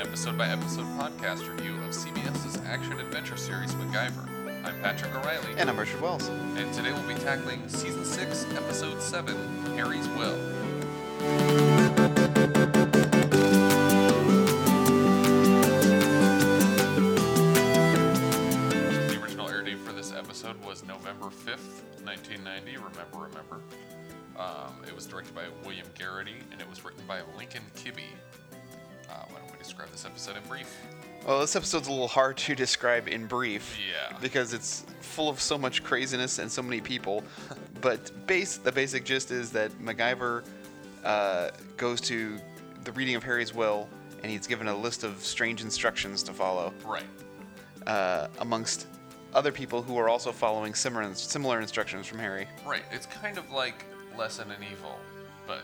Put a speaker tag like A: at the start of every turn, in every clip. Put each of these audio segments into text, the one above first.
A: episode by episode podcast review of CBS's action adventure series MacGyver. I'm Patrick O'Reilly,
B: And I'm Richard Wells.
A: and today we'll be tackling Season 6, Episode 7 Harry's Will. The original air date for this episode was November 5th, 1990. Remember, remember. Um, it was directed by William Garrity and it was written by Lincoln Kibbe. Uh, why don't we describe this episode in brief?
B: Well, Oh, this episode's a little hard to describe in brief.
A: Yeah.
B: Because it's full of so much craziness and so many people. but base the basic gist is that MacGyver uh, goes to the reading of Harry's will, and he's given a list of strange instructions to follow,
A: Right.
B: uh, amongst other people who are also following similar similar instructions from Harry.
A: Right. It's kind of like Lesson in Evil, but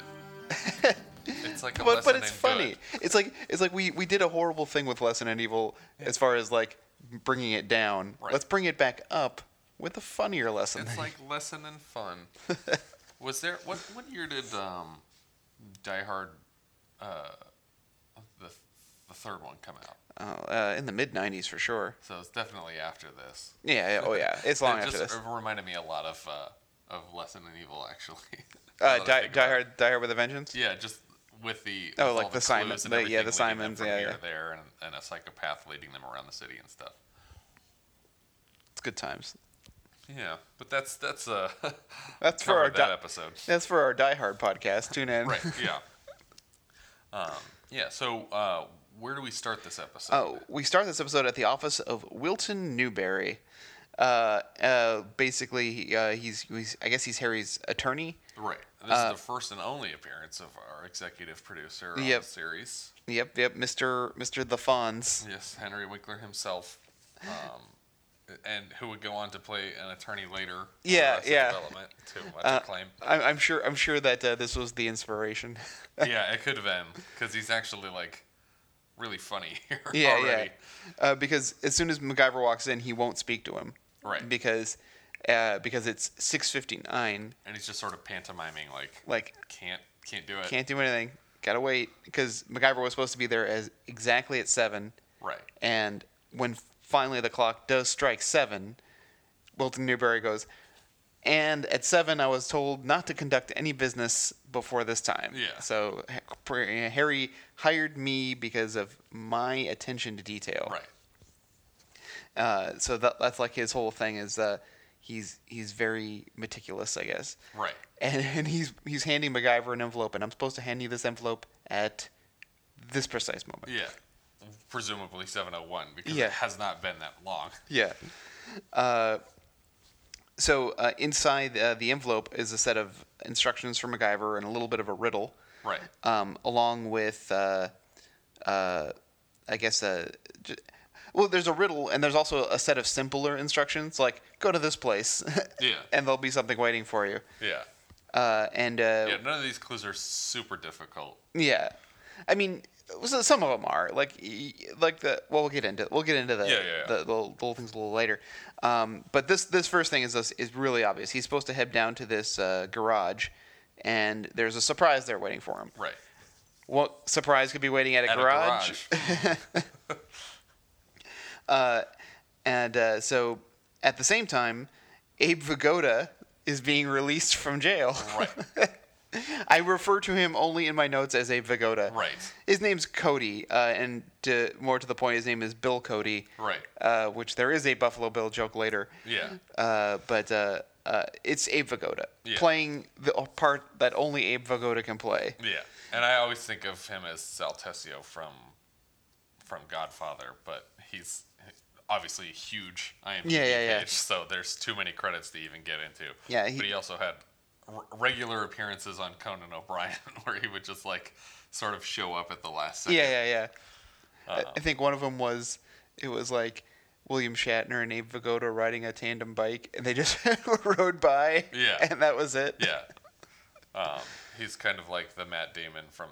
A: it's like a
B: but,
A: lesson
B: but it's
A: in
B: funny.
A: good.
B: It's like it's like we we did a horrible thing with Lesson and Evil as far as like bringing it down.
A: Right.
B: Let's bring it back up with a funnier lesson.
A: It's
B: than-
A: like lesson in fun. Was there what what year did um, Die Hard, uh, the the third one come out?
B: oh, uh, in the mid '90s for sure.
A: So it's definitely after this.
B: Yeah. yeah, Oh yeah. It's long
A: it
B: after
A: just
B: this.
A: reminded me a lot of uh, of Lesson in Evil actually. Now
B: Uh,
A: that I
B: die,
A: think
B: die
A: about it.
B: Hard, Die Hard with a Vengeance.
A: Yeah, just with the
B: Oh,
A: with all
B: like the Simon-
A: clues and
B: the- yeah, the
A: everything leading them
B: Simons,
A: from
B: yeah,
A: here
B: yeah.
A: to there and, and a psychopath leading them around the city and stuff.
B: It's good times.
A: Yeah, but that's that's uh
B: That's for
A: covered
B: our
A: that
B: di-
A: episode.
B: that's for our Die Hard podcast. Tune in.
A: Right. Yeah. um, yeah. So uh, where do we start this episode?
B: Oh, we start this episode at the office of Wilton Newberry. Uh, uh, basically, uh, he's, he's I guess he's Harry's attorney.
A: Right. This
B: uh,
A: is the first and only appearance of our executive producer on
B: Yep.
A: the series.
B: Yep, yep, Mister Mister the Fonz.
A: Yes, Henry Winkler himself, um, and who would go on to play an attorney later. on
B: Yeah,
A: Arrested
B: yeah.
A: Development to much
B: Uh,
A: acclaim.
B: I'm, I'm sure. I'm sure that uh, this was the inspiration.
A: yeah, it could have been because he's actually like really funny here
B: yeah,
A: already.
B: yeah. Uh, because as soon as MacGyver walks in, he won't speak to him.
A: Right.
B: Because, uh, because it's 6:59.
A: And he's just sort of pantomiming like
B: Like,
A: can't can't do it.
B: can't do anything. Gotta wait. Because MacGyver was supposed to be there as exactly at seven,
A: Right.
B: and when finally the clock does strike seven, Wilton Newberry goes. And at seven, I was told not to conduct any business before this time.
A: Yeah.
B: So Ha- pr- Harry hired me because of my attention to detail.
A: Right.
B: Uh, so that, that's like his whole thing is uh, he's he's very meticulous, I guess.
A: Right.
B: And, and he's he's handing MacGyver an envelope, and I'm supposed to hand you this envelope at this precise moment.
A: Yeah. Presumably 701 because
B: Yeah.
A: it has not been that long.
B: Yeah. Uh, so uh, inside uh, the envelope is a set of instructions for MacGyver and a little bit of a riddle,
A: Right.
B: um, along with, uh, uh, I guess, uh, j- well, there's a riddle and there's also a set of simpler instructions like go to this place,
A: Yeah.
B: and there'll be something waiting for you.
A: Yeah.
B: Uh, and uh,
A: Yeah, none of these clues are super difficult.
B: yeah, I mean, so some of them are like, y- like the well, we'll get into we'll get into the
A: Yeah, yeah, yeah.
B: The, the, little- the little things a little later. Um, but this this first thing is this, is really obvious. He's supposed to head down to this uh, garage, and there's a surprise there waiting for him.
A: Right.
B: What surprise could be waiting at a
A: At
B: garage?
A: a garage.
B: Uh, and uh, so at the same time, Abe Vigoda is being released from jail.
A: Right.
B: I refer to him only in my notes as Abe Vigoda.
A: Right.
B: His name's Cody, uh, and to, more to the point, his name is Bill Cody.
A: Right.
B: Uh, which there is a Buffalo Bill joke later.
A: Yeah.
B: Uh, but uh, uh, it's Abe Vigoda
A: Yeah.
B: playing the part that only Abe Vigoda can play.
A: Yeah. And I always think of him as Saltesio from from Godfather, but he's obviously huge IMDb
B: Yeah, yeah, yeah.
A: page, so there's too many credits to even get into.
B: Yeah, he-
A: but he also had r- regular appearances on Conan O'Brien where he would just like sort of show up at the last second.
B: Yeah, yeah, yeah. I-
A: Um,
B: I think one of them was it was like William Shatner and Abe Vigoda riding a tandem bike, and they just rode by.
A: Yeah.
B: and that was it.
A: Yeah. Um, he's kind of like the Matt Damon from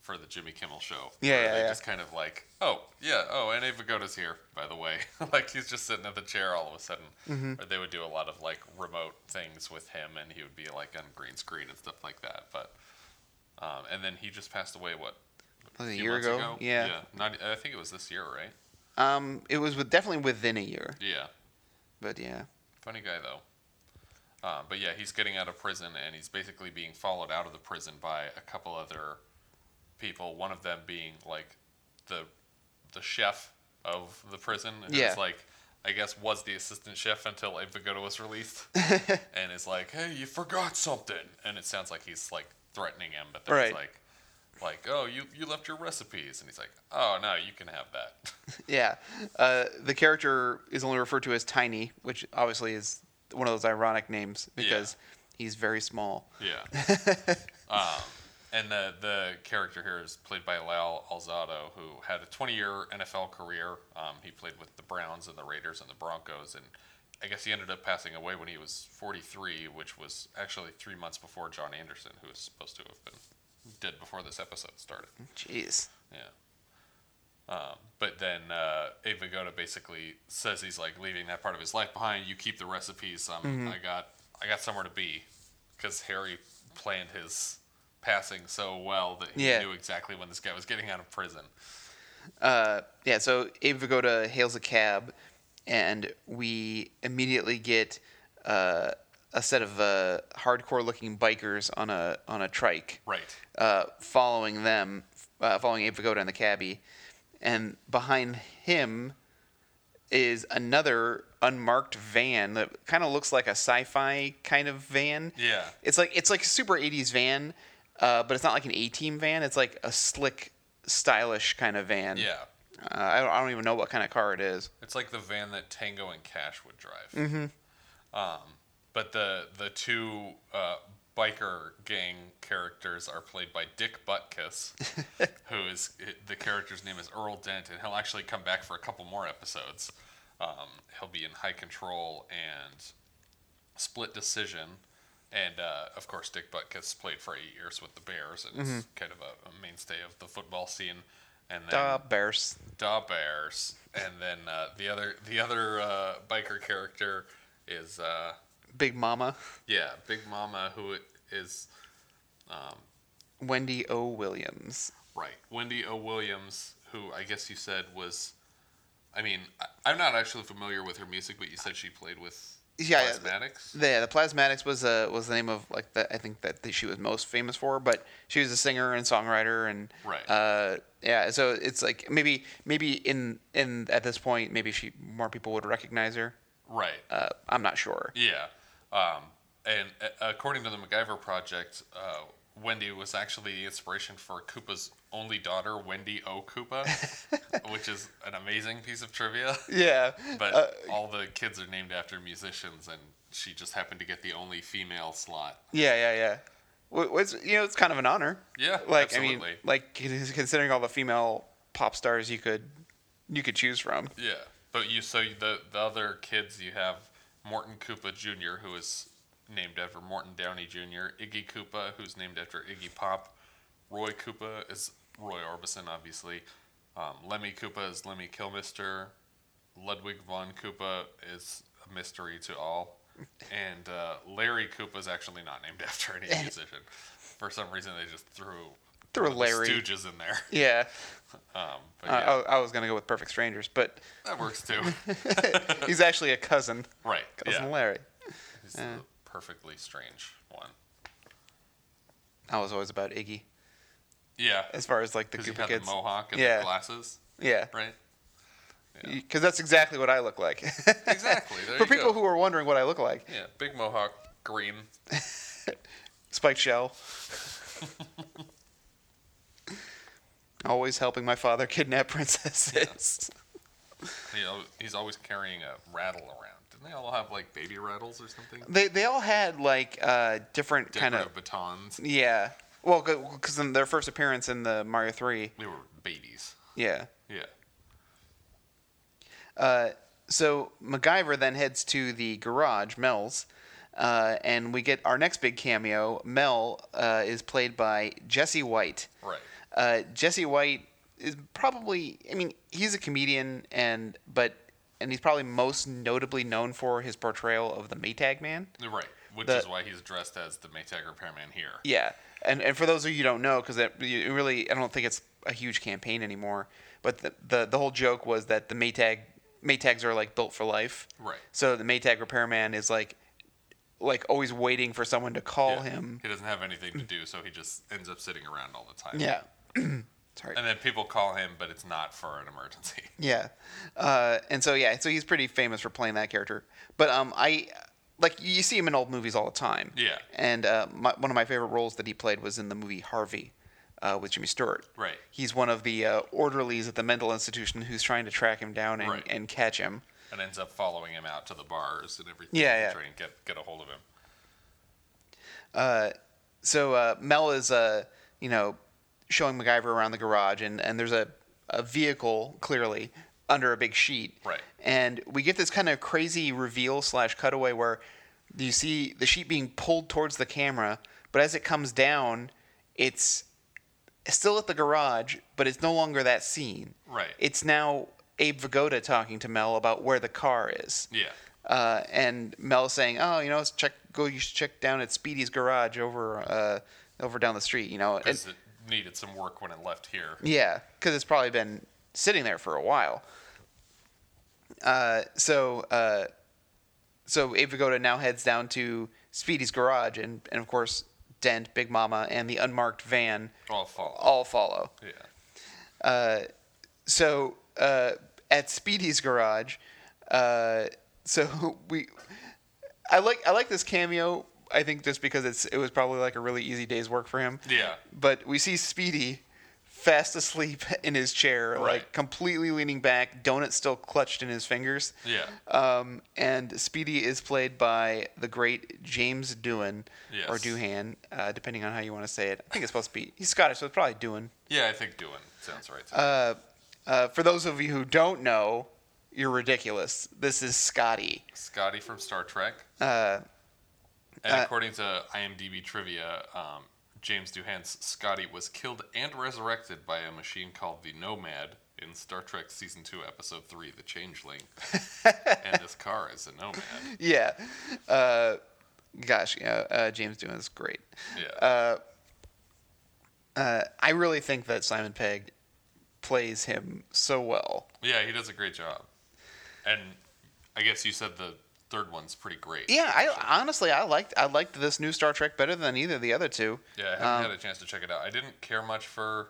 A: for the Jimmy Kimmel show.
B: Yeah,
A: where
B: yeah,
A: they
B: yeah.
A: Just kind of like, oh yeah, oh, and Ava Goda's here, by the way. like he's just sitting at the chair all of a sudden.
B: Mm-hmm.
A: Or they would do a lot of like remote things with him, and he would be like on green screen and stuff like that. But um, and then he just passed away. What?
B: Was it a
A: few
B: year
A: months
B: ago?
A: Yeah.
B: Yeah.
A: Not, I think it was this year, right?
B: Um, it was with, definitely within a year,
A: Yeah.
B: but yeah.
A: Funny guy though. Uh, but yeah, he's getting out of prison and he's basically being followed out of the prison by a couple other people. One of them being like the the chef of the prison. And
B: Yeah.
A: It's like I guess was the assistant chef until Evigoto was released, and is like, "Hey, you forgot something," and it sounds like he's like threatening him, but then
B: Right.
A: it's like, "Like, oh, you you left your recipes," and he's like, "Oh no, you can have that."
B: Yeah. Uh, the character is only referred to as Tiny, which obviously is one of those ironic names because he's very small.
A: Yeah. um, and the the character here is played by Lal Alzado, who had a 20 year NFL career. Um, he played with the Browns and the Raiders and the Broncos, and I guess he ended up passing away when he was 43, which was actually three months before John Anderson, who was supposed to have been dead before this episode started.
B: Jeez.
A: Yeah. Um, but then uh, Ava Goda basically says he's like leaving that part of his life behind. You keep the recipes. Um, I got I got somewhere to be, because Harry planned his passing so well that he
B: Yeah.
A: knew exactly when this guy was getting out of prison.
B: Uh, yeah, so Abe Vigoda hails a cab, and we immediately get uh, a set of uh, hardcore-looking bikers on a on a trike,
A: Right.
B: uh, following them, uh, following Abe Vigoda and the cabbie, and behind him is another unmarked van that kind of looks like a sci-fi kind of van.
A: Yeah.
B: It's like it's like super 80s van, uh, but it's not like an A-team van. It's like a slick, stylish kind of van.
A: Yeah.
B: Uh, I, don't, I don't even know what kind of car it is.
A: It's like the van that Tango and Cash would drive. Um, but the the two uh, biker gang characters are played by Dick Butkus, who is the character's name is Earl Dent, and he'll actually come back for a couple more episodes. Um, he'll be in High Control and Split Decision, and uh, of course Dick Butkus played for eight years with the Bears, and is kind of a, a mainstay of the football scene. And then
B: Da Bears.
A: Da Bears, and then uh, the other the other uh, biker character is uh,
B: Big Mama.
A: yeah Big Mama, who is
B: Wendy O. Williams.
A: right Wendy O. Williams, who I guess you said was, I mean I, I'm not actually familiar with her music, but you said she played with
B: Yeah, yeah.
A: Plasmatics.
B: Yeah, the Plasmatics was uh, was the name of like the, I think that she was most famous for, but she was a singer and songwriter and
A: Right.
B: uh, yeah. So it's like maybe maybe in in at this point maybe she more people would recognize her.
A: Right.
B: Uh, I'm not sure.
A: Yeah. Um, and uh, according to the MacGyver Project, uh, Wendy was actually the inspiration for Koopa's only daughter, Wendy O. Koopa, which is an amazing piece of trivia.
B: Yeah,
A: But
B: uh,
A: all the kids are named after musicians, and she just happened to get the only female slot.
B: yeah, yeah, yeah. Wh- What's you know it's kind of an honor.
A: Yeah,
B: like I mean,
A: absolutely.
B: like con- considering all the female pop stars you could you could choose from.
A: Yeah, but you so the the other kids you have Morton Koopa Jr., who is named after Morton Downey Jr., Iggy Koopa, who's named after Iggy Pop, Roy Koopa is Roy Orbison, obviously. Um, Lemmy Koopa is Lemmy Kilmister. Ludwig von Koopa is a mystery to all, and uh, Larry Koopa is actually not named after any musician. For some reason, they just threw
B: Threw
A: one of the
B: Larry. Uh, oh.
A: Stooges in there.
B: Yeah,
A: Um, but
B: I-
A: yeah,
B: I, I was gonna go with Perfect Strangers, but
A: that works too.
B: he's actually a cousin,
A: right?
B: cousin
A: yeah.
B: Larry.
A: He's the perfectly strange one.
B: I was always about Iggy
A: Yeah,
B: as far as like the
A: because he
B: Koopa
A: had
B: kids.
A: the mohawk and
B: Yeah.
A: the glasses,
B: yeah,
A: right?
B: because that's exactly what I look like.
A: Exactly. There
B: For
A: you
B: people
A: go.
B: who are wondering what I look like,
A: Yeah, big mohawk, green.
B: spiked shell. Always helping my father kidnap princesses.
A: You know, he's always carrying a rattle around. Didn't they all have like baby rattles or something?
B: They they all had like uh, different kind of
A: Decorative batons.
B: Yeah. Well, because in their first appearance in the Mario Three,
A: They were babies.
B: yeah.
A: Yeah.
B: Uh, so MacGyver then heads to the garage, Mel's, uh, and we get our next big cameo. Mel uh, is played by Jesse White.
A: Right.
B: Uh, Jesse White is probably, I mean, he's a comedian, and but and he's probably most notably known for his portrayal of the Maytag Man.
A: Right. which
B: The-
A: is why he's dressed as the Maytag Repairman here.
B: Yeah, and and for those of you who don't know, because that you really, I don't think it's a huge campaign anymore. But the, the the whole joke was that the Maytag Maytags are like built for life.
A: Right.
B: So the Maytag repairman is like, like always waiting for someone to call
A: Yeah.
B: him.
A: He doesn't have anything to do, so he just ends up sitting around all the time.
B: Yeah. Sorry.
A: And then people call him, but it's not for an emergency.
B: Yeah, uh, and so yeah, so he's pretty famous for playing that character. But um, I like you see him in old movies all the time.
A: Yeah.
B: and uh, my, one of my favorite roles that he played was in the movie Harvey uh, with Jimmy Stewart.
A: Right.
B: He's one of the uh, orderlies at the mental institution who's trying to track him down and,
A: Right.
B: and catch him.
A: And ends up following him out to the bars and everything.
B: Yeah,
A: to
B: yeah.
A: Try and get, get a hold of him.
B: So uh, Mel is uh, you know showing MacGyver around the garage, and and there's a a vehicle clearly under a big sheet.
A: Right.
B: and we get this kind of crazy reveal slash cutaway where you see the sheet being pulled towards the camera, but as it comes down, it's still at the garage, but it's no longer that scene.
A: Right.
B: It's now Abe Vigoda talking to Mel about where the car is.
A: Yeah.
B: Uh, and Mel saying, "Oh, you know, let's check. Go, you should check down at Speedy's garage over, uh, over down the street. You know, and-
A: Because it needed some work when it left here.
B: yeah, because it's probably been sitting there for a while. Uh, so, uh, so Abe Vigoda now heads down to Speedy's garage, and, and of course, Dent, Big Mama, and the unmarked van
A: All fall.
B: all follow.
A: Yeah.
B: So, uh, at Speedy's garage, uh, so we, I like I like this cameo. I think just because it's it was probably like a really easy day's work for him.
A: Yeah.
B: But we see Speedy fast asleep in his chair,
A: Right.
B: like completely leaning back, donut still clutched in his fingers.
A: Yeah.
B: Um, and Speedy is played by the great James Doohan, or
A: Yes.
B: Doohan, uh, depending on how you want to say it. I think it's supposed to be. He's Scottish, so it's probably Doohan.
A: Yeah, I think doing sounds right. to me.
B: Uh, uh, for those of you who don't know, you're ridiculous. This is Scotty.
A: Scotty from Star Trek.
B: Uh,
A: And
B: uh,
A: according to IMDb trivia, um, James Doohan's Scotty was killed and resurrected by a machine called the Nomad in Star Trek Season 2, Episode 3, The Changeling. and this car is a Nomad.
B: yeah. Uh, gosh, yeah, uh, James Doohan is great.
A: Yeah.
B: Uh, I really think that Simon Pegg plays him so well.
A: yeah, he does a great job. And I guess you said the third one's pretty great.
B: Yeah, I honestly I liked I liked this new Star Trek better than either of the other two.
A: Yeah, I haven't
B: Um,
A: had a chance to check it out. I didn't care much for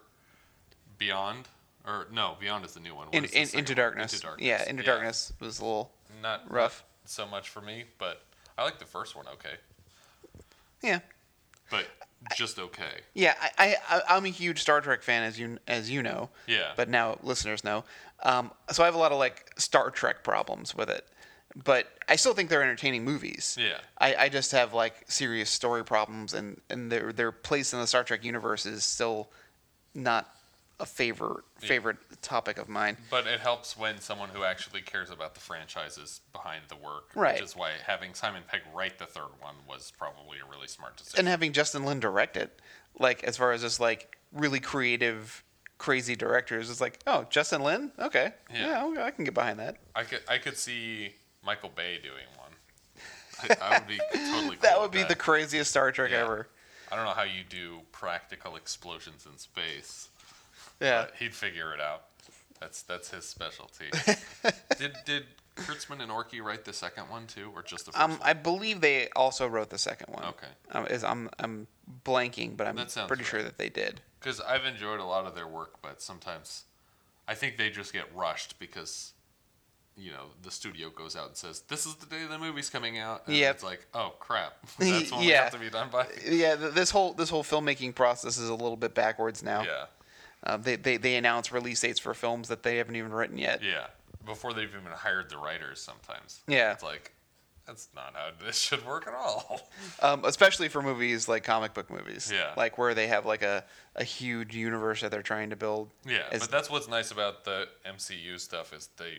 A: Beyond. Or no, Beyond is the new one. What
B: In,
A: is the
B: in,
A: second
B: Into
A: one?
B: Darkness.
A: Into Darkness.
B: Yeah, Into Darkness was a little
A: Not
B: rough.
A: so much for me, but I like the first one okay.
B: Yeah.
A: but just okay.
B: Yeah, I, I I- I'm a huge Star Trek fan, as you as you know.
A: Yeah.
B: But now listeners know. Um, so I have a lot of like Star Trek problems with it, but I still think they're entertaining movies.
A: Yeah.
B: I, I just have like serious story problems, and and their their place in the Star Trek universe is still not a favorite favorite topic of mine.
A: But it helps when someone who actually cares about the franchise is behind the work,
B: Right.
A: which is why having Simon Pegg write the third one was probably a really smart decision.
B: and having Justin Lin direct it, like as far as just like really creative, crazy directors, it's like, oh, Justin Lin, okay,
A: Yeah.
B: yeah, okay, I can get behind that.
A: I could I could see Michael Bay doing one. I, I would be totally. Cool
B: That
A: with
B: would be the craziest Star Trek
A: Yeah.
B: ever.
A: I don't know how you do practical explosions in space.
B: Yeah,
A: But he'd figure it out. That's that's his specialty. did did Kurtzman and Orky write the second one too, or just the first?
B: um,
A: one?
B: I believe they also wrote the second one.
A: Okay.
B: um, is, I'm I'm blanking, but I'm
A: That sounds
B: pretty
A: right.
B: sure that they did.
A: because I've enjoyed a lot of their work, but sometimes I think they just get rushed because you know the studio goes out and says this is the day the movie's coming out, and
B: Yep.
A: it's like oh crap, that's when we
B: Yeah.
A: have to be done by.
B: Yeah, th- this whole this whole filmmaking process is a little bit backwards now.
A: Yeah,
B: Um, they, they they announce release dates for films that they haven't even written yet.
A: yeah, before they've even hired the writers, sometimes.
B: Yeah.
A: it's like that's not how this should work at all.
B: um, especially for movies like comic book movies.
A: Yeah.
B: Like where they have like a, a huge universe that they're trying to build.
A: Yeah,
B: As-
A: but that's what's nice about the MCU stuff is they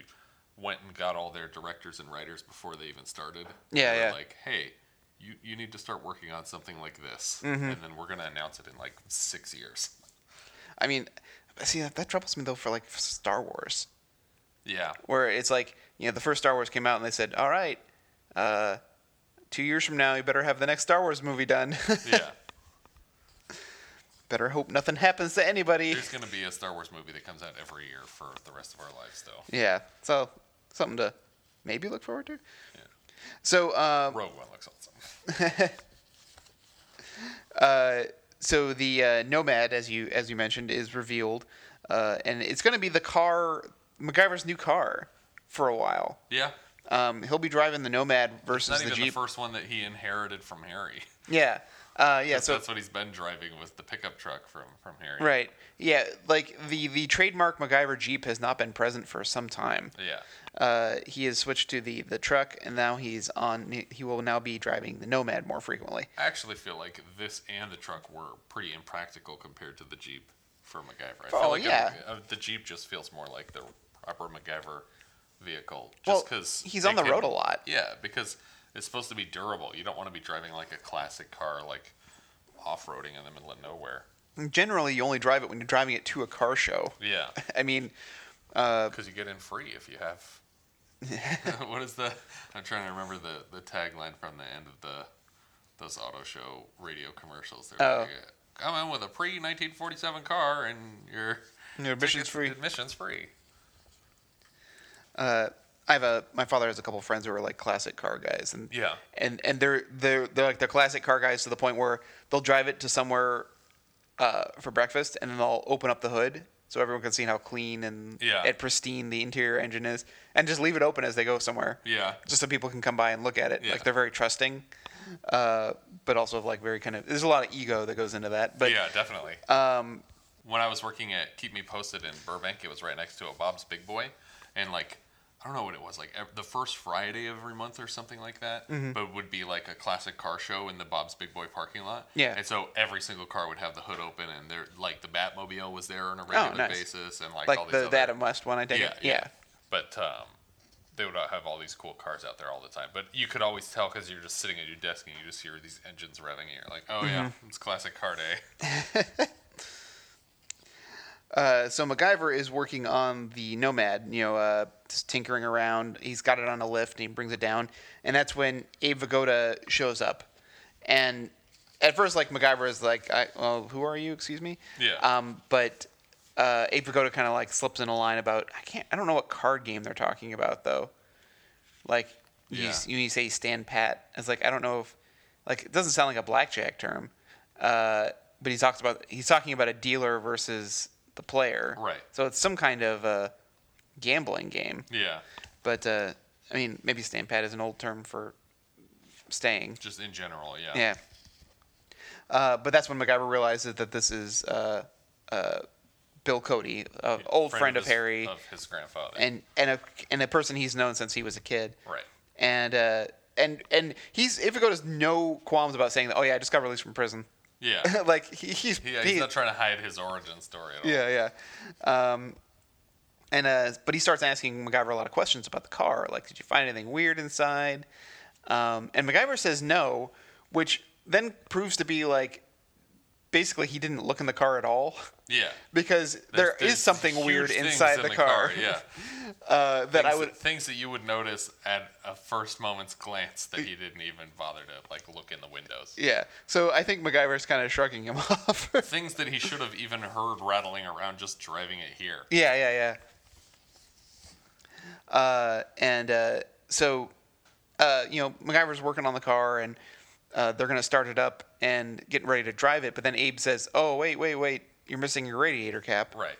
A: went and got all their directors and writers before they even started. They
B: Yeah,
A: were
B: yeah.
A: Like, hey, you you need to start working on something like this,
B: Mm-hmm.
A: and then we're gonna announce it in like six years.
B: I mean, see that, that troubles me though for like Star Wars,
A: Yeah,
B: where it's like you know the first Star Wars came out and they said, all right, uh, two years from now, you better have the next Star Wars movie done.
A: Yeah.
B: better hope nothing happens to anybody.
A: There's going to be a Star Wars movie that comes out every year for the rest of our lives, though.
B: Yeah, so something to maybe look forward to.
A: Yeah.
B: So, uh,
A: Rogue One looks awesome.
B: so the uh, Nomad, as you as you mentioned, is revealed, uh, and it's going to be the car MacGyver's new car for a while.
A: Yeah.
B: Um, he'll be driving the Nomad
A: It's
B: versus
A: not
B: the
A: even
B: Jeep.
A: the first one that he inherited from Harry.
B: yeah, uh, yeah. So
A: That's what he's been driving with the pickup truck from from Harry.
B: right, yeah, like the the trademark MacGyver Jeep has not been present for some time.
A: Yeah.
B: Uh, he has switched to the the truck, and now he's on. he- He will now be driving the Nomad more frequently.
A: I actually feel like this and the truck were pretty impractical compared to the Jeep for MacGyver. I
B: Oh,
A: feel like a-
B: yeah.
A: a- the Jeep just feels more like the proper MacGyver vehicle.
B: Well,
A: Just because
B: he's on the road a lot.
A: Yeah, because it's supposed to be durable. You don't want to be driving like a classic car, like off roading in the middle of nowhere.
B: Generally, you only drive it when you're driving it to a car show.
A: Yeah,
B: I mean,
A: because you get in free if you have. what is the? I'm trying to remember the the tagline from the end of the those auto show radio commercials. They're
B: Oh.
A: like, come in with a pre 1947 car and you're.
B: your admission's
A: Tickets-
B: free.
A: Admission's free.
B: I have a my father has a couple friends who are like classic car guys, and
A: Yeah.
B: and and they're they're they're like they're classic car guys to the point where they'll drive it to somewhere uh, for breakfast, and then they'll open up the hood so everyone can see how clean and
A: Yeah.
B: and pristine the interior engine is, and just leave it open as they go somewhere.
A: Yeah.
B: Just so people can come by and look at it.
A: Yeah.
B: Like they're very trusting, uh, but also like very kind of. There's a lot of ego that goes into that. But
A: yeah, definitely.
B: um,
A: when I was working at Keep Me Posted in Burbank, it was right next to a Bob's Big Boy, and like I don't know what it was like ev- the first Friday of every month or something like that,
B: Mm-hmm.
A: but it would be like a classic car show in the Bob's Big Boy parking lot.
B: Yeah.
A: and so every single car would have the hood open, and there like the Batmobile was there on a regular
B: Oh, nice.
A: basis, and like, all these
B: like the
A: other,
B: the Adam West one, I take
A: yeah,
B: it.
A: yeah, But um, they would have all these cool cars out there all the time. But you could always tell because you're just sitting at your desk and you just hear these engines revving, and you're like, oh yeah,
B: Mm-hmm.
A: it's classic car day.
B: Uh, so MacGyver is working on the Nomad, you know, uh, just tinkering around. He's got it on a lift and he brings it down, and that's when Abe Vigoda shows up. And at first, like MacGyver is like, I, "Well, who are you? Excuse me."
A: Yeah.
B: Um, but uh, Abe Vigoda kind of like slips in a line about, "I can't. I don't know what card game they're talking about though." Like you,
A: Yeah.
B: you, you say stand pat. It's like I don't know if like it doesn't sound like a blackjack term. Uh, but he talks about he's talking about a dealer versus the player.
A: Right.
B: So it's some kind of a gambling game.
A: Yeah,
B: But uh, I mean, maybe stand pat is an old term for staying.
A: just in general, yeah.
B: Yeah. Uh, but that's when MacGyver realizes that this is uh, uh, Bill Cody, an old friend, of,
A: his-
B: Harry,
A: of his grandfather.
B: and and a and a person he's known since he was a kid.
A: right.
B: And uh, and and he's Ivigo has no qualms about saying that. Oh yeah, I just got released from prison.
A: Yeah.
B: like he, he's
A: Yeah,
B: he-
A: he's not trying to hide his origin story at all.
B: yeah, yeah. Um, and uh, but he starts asking MacGyver a lot of questions about the car. Like, did you find anything weird inside? Um, and MacGyver says no, which then proves to be like basically he didn't look in the car at all
A: Yeah.
B: because
A: There's-
B: there
A: there's
B: is something
A: huge
B: weird
A: things
B: inside
A: in
B: the, car,
A: Yeah.
B: uh, that
A: things,
B: I would
A: things that you would notice at a first moment's glance that he didn't even bother to like look in the windows.
B: yeah. So I think MacGyver's kind of shrugging him off. yeah,
A: Things that he should have even heard rattling around just driving it here.
B: yeah, yeah. Uh, and uh, so uh, you know, MacGyver's working on the car and uh, they're going to start it up and get ready to drive it. But then Abe says, Oh, wait, wait, wait. You're missing your radiator cap.
A: Right.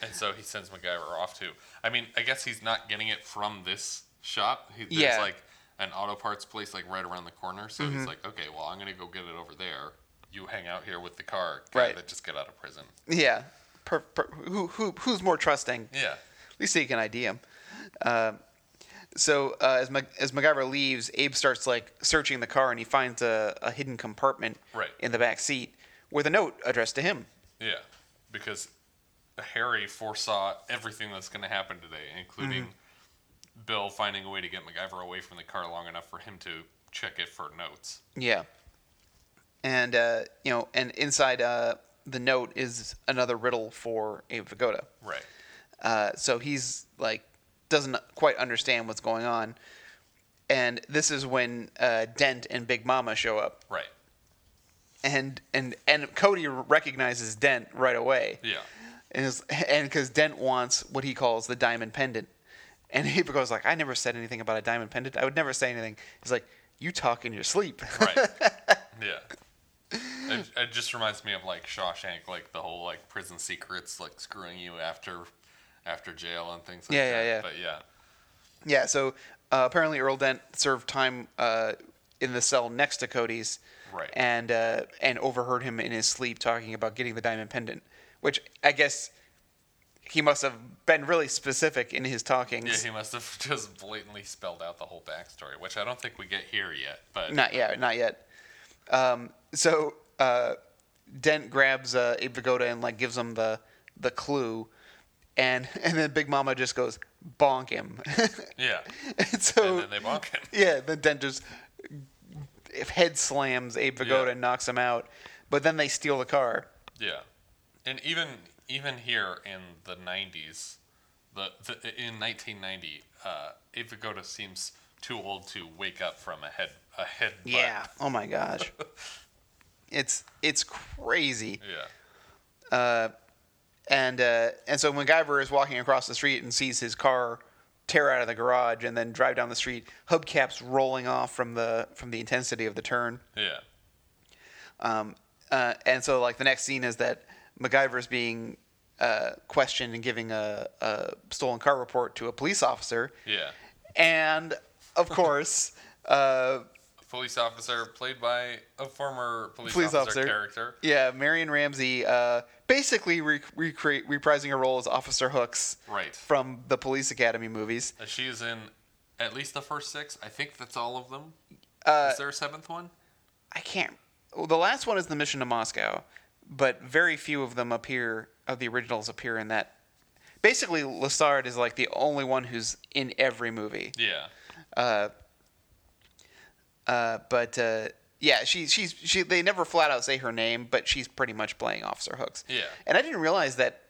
A: And so he sends MacGyver off to. I mean, I guess he's not getting it from this shop. He, there's
B: Yeah. Mm-hmm.
A: like an auto parts place like right around the corner. So he's like, okay, well, I'm gonna go get it over there. You hang out here with the car guy
B: Right.
A: that just got out of prison.
B: Yeah. Per, per, who, who, who's more trusting?
A: Yeah.
B: At least he can ID him. Uh, so uh, as, Mac- as MacGyver leaves, Abe starts like searching the car and he finds a, a hidden compartment
A: Right.
B: in the back seat with a note addressed to him.
A: Yeah. Because Harry foresaw everything that's gonna happen today, including
B: Mm-hmm.
A: Bill finding a way to get MacGyver away from the car long enough for him to check it for notes.
B: Yeah. And uh, you know, and inside uh, the note is another riddle for Abe Vigoda.
A: Right.
B: Uh, so he's like doesn't quite understand what's going on. and this is when uh, Dent and Big Mama show up,
A: Right.
B: and and and Cody recognizes Dent right away.
A: Yeah.
B: and is, and because Dent wants what he calls the diamond pendant, and Abe goes like, "I never said anything about a diamond pendant. I would never say anything." He's like, "You talk in your sleep."
A: Right. yeah. It, it just reminds me of like Shawshank, like the whole like prison secrets, like screwing you after, after jail and things like
B: Yeah,
A: that.
B: yeah, yeah.
A: But yeah.
B: yeah. So uh, apparently Earl Dent served time uh, in the cell next to Cody's,
A: Right.
B: And uh, and overheard him in his sleep talking about getting the diamond pendant, which I guess he must have been really specific in his
A: Yeah,
B: talkings.
A: he must have just blatantly spelled out the whole backstory, which I don't think we get here yet. But
B: Not yet. Not yet. Um, so uh, Dent grabs uh, Abe Vigoda and like gives him the the clue, and and then Big Mama just goes bonk him.
A: yeah,
B: and so
A: and then they bonk him.
B: yeah, then Dent just head slams Abe Vigoda
A: Yeah.
B: and knocks him out. But then they steal the car.
A: Yeah, and even even here in the '90s, the, the in 1990, uh, Abe Vigoda seems too old to wake up from a head a head. butt.
B: Oh my gosh. it's it's crazy.
A: Yeah.
B: and uh, and so MacGyver is walking across the street and sees his car tear out of the garage and then drive down the street, hubcaps rolling off from the from the intensity of the turn.
A: Yeah.
B: Um, uh, and so like the next scene is that MacGyver is being uh, questioned and giving a, a stolen car report to a police officer,
A: Yeah.
B: and of course. Uh,
A: A police officer played by a former police,
B: Police
A: officer,
B: officer.
A: character.
B: yeah, Marion Ramsey uh, basically re- recreate, reprising her role as Officer Hooks
A: Right.
B: from the Police Academy movies.
A: Uh, She is in at least the first six. I think that's all of them. Uh, is there a seventh one?
B: I can't. Well, the last one is the mission to Moscow, but very few of them appear of the originals appear in that. Basically, Lasard is like the only one who's in every movie.
A: Yeah.
B: Uh, but uh, yeah, she, she's she. They never flat out say her name, but she's pretty much playing Officer Hooks.
A: Yeah.
B: And I didn't realize that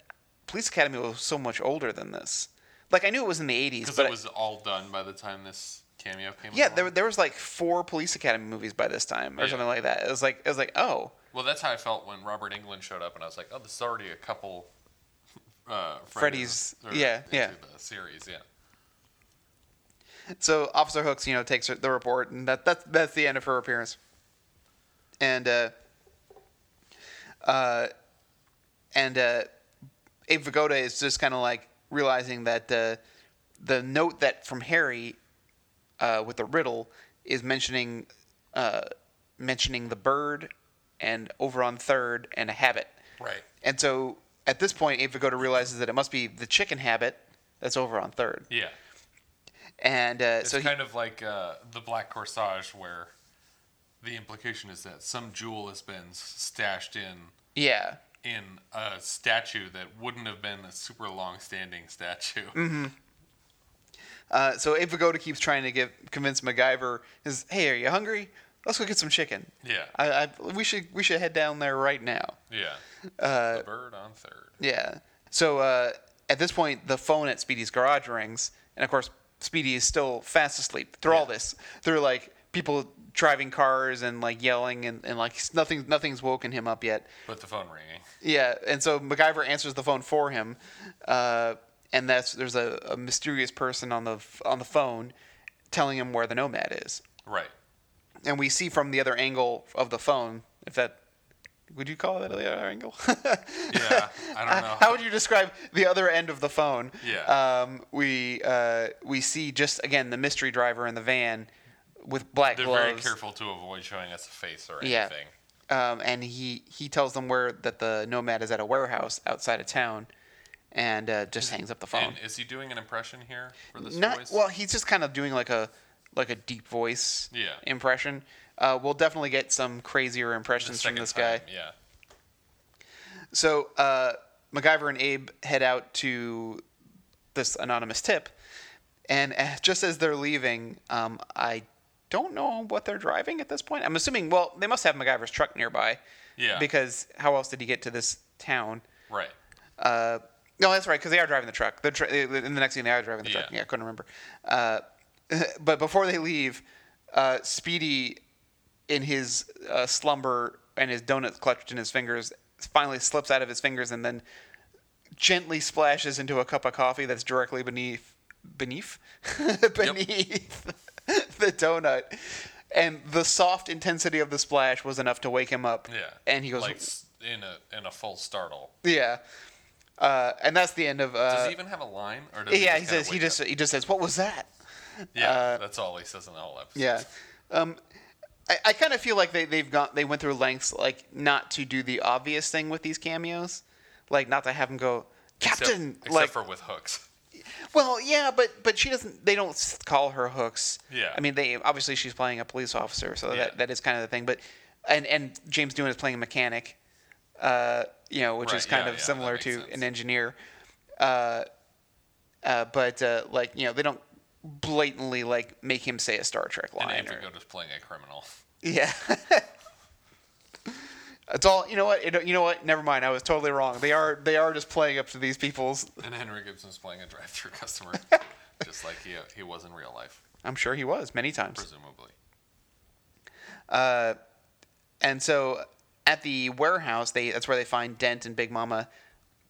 B: Police Academy was so much older than this. Like I knew it was in the '80s,
A: Because
B: but
A: it was all done by the time this cameo came.
B: yeah,
A: along.
B: there, there was like four Police Academy movies by this time, or
A: Yeah.
B: something like that. It was like it was like oh.
A: Well, that's how I felt when Robert England showed up, and I was like, "Oh, this is already a couple." Uh,
B: Freddy's-
A: or
B: yeah,
A: into
B: yeah.
A: The series, yeah,
B: So Officer Hooks, you know, takes her, the report, and that that's that's the end of her appearance. And uh, uh, and uh, Abe Vigoda is just kind of like realizing that uh, the note that from Harry uh, with the riddle is mentioning uh, mentioning the bird and over on third and a habit.
A: right,
B: And so at this point, Abe Vigoda realizes that it must be the chicken habit that's over on third.
A: yeah.
B: And uh,
A: It's
B: so he,
A: kind of like uh, the Black Corsage, where the implication is that some jewel has been s- stashed in
B: yeah.
A: in a statue that wouldn't have been a super long-standing statue.
B: Mm-hmm. Uh, so Abe Vigoda keeps trying to give convince MacGyver is, "Hey, are you hungry? Let's go get some chicken.
A: Yeah,
B: I, I we should we should head down there right now."
A: yeah. Uh, the bird on third.
B: Yeah. So uh, at this point, the phone at Speedy's garage rings, and of course, Speedy is still fast asleep through all
A: Yeah.
B: this, through like people driving cars and like yelling and, and like nothing nothing's woken him up yet.
A: But the phone ringing.
B: Yeah, and so MacGyver answers the phone for him, uh, and that's there's a, a mysterious person on the f- on the phone telling him where the Nomad is,
A: Right.
B: and we see from the other angle of the phone if that would you call that the other angle?
A: Yeah. I don't know.
B: How would you describe the other end of the phone?
A: Yeah.
B: Um, we uh, we see just again the mystery driver in the van with black
A: They're
B: gloves.
A: very careful to avoid showing us a face or anything.
B: Yeah. Um, and he he tells them where that the nomad is at a warehouse outside of town, and uh, just hangs up the phone.
A: And is he doing an impression here for this
B: Not
A: voice?
B: well. He's just kind of doing like a like a deep voice
A: Yeah.
B: impression. Uh, we'll definitely get some crazier
A: The
B: impressions from
A: second
B: this guy.
A: time, Yeah.
B: So uh, MacGyver and Abe head out to this anonymous tip, and uh, just as they're leaving, um, I don't know what they're driving at this point. I'm assuming well they must have MacGyver's truck nearby,
A: Yeah.
B: because how else did he get to this town?
A: Right.
B: Uh, no, that's right, because they are driving the truck. The tr- in the next scene, they are driving the
A: Yeah.
B: truck. Yeah, I couldn't remember. Uh, but before they leave, uh, Speedy, in his uh, slumber and his donut clutched in his fingers, finally slips out of his fingers and then gently splashes into a cup of coffee that's directly beneath beneath beneath the donut. And the soft intensity of the splash was enough to wake him up.
A: Yeah.
B: And he goes,
A: like s- in a in a full startle.
B: yeah. Uh, and that's the end of. Uh,
A: Does he even have a line? Or does
B: yeah, he
A: just kinda
B: says he
A: wake
B: just
A: up?
B: he just says, "What was that?"
A: Yeah,
B: uh,
A: that's all he says in the whole episode.
B: Yeah. Um, I, I kind of feel like they, they've gone they went through lengths like not to do the obvious thing with these cameos, like not to have him go
A: Except,
B: captain.
A: except
B: like,
A: for with hooks.
B: well, yeah, but but she doesn't. They don't s- call her hooks.
A: Yeah.
B: I mean, they obviously she's playing a police officer, so
A: Yeah.
B: that, that is kind of the thing. But and and James Doohan is playing a mechanic, uh, you know, which is
A: Right,
B: kind
A: yeah,
B: of
A: yeah, that
B: similar
A: makes
B: to
A: sense.
B: an engineer. Uh, uh, but uh, like you know, they don't blatantly like make him say a Star Trek line
A: And
B: or
A: Andrew is playing a criminal.
B: yeah. It's all you know. What it, you know? What? Never mind. I was totally wrong. They are they are just playing up to these people's.
A: And Henry Gibson's playing a drive-through customer, just like he he was in real life,
B: I'm sure he was many times.
A: presumably.
B: And so at the warehouse, they that's where they find Dent and Big Mama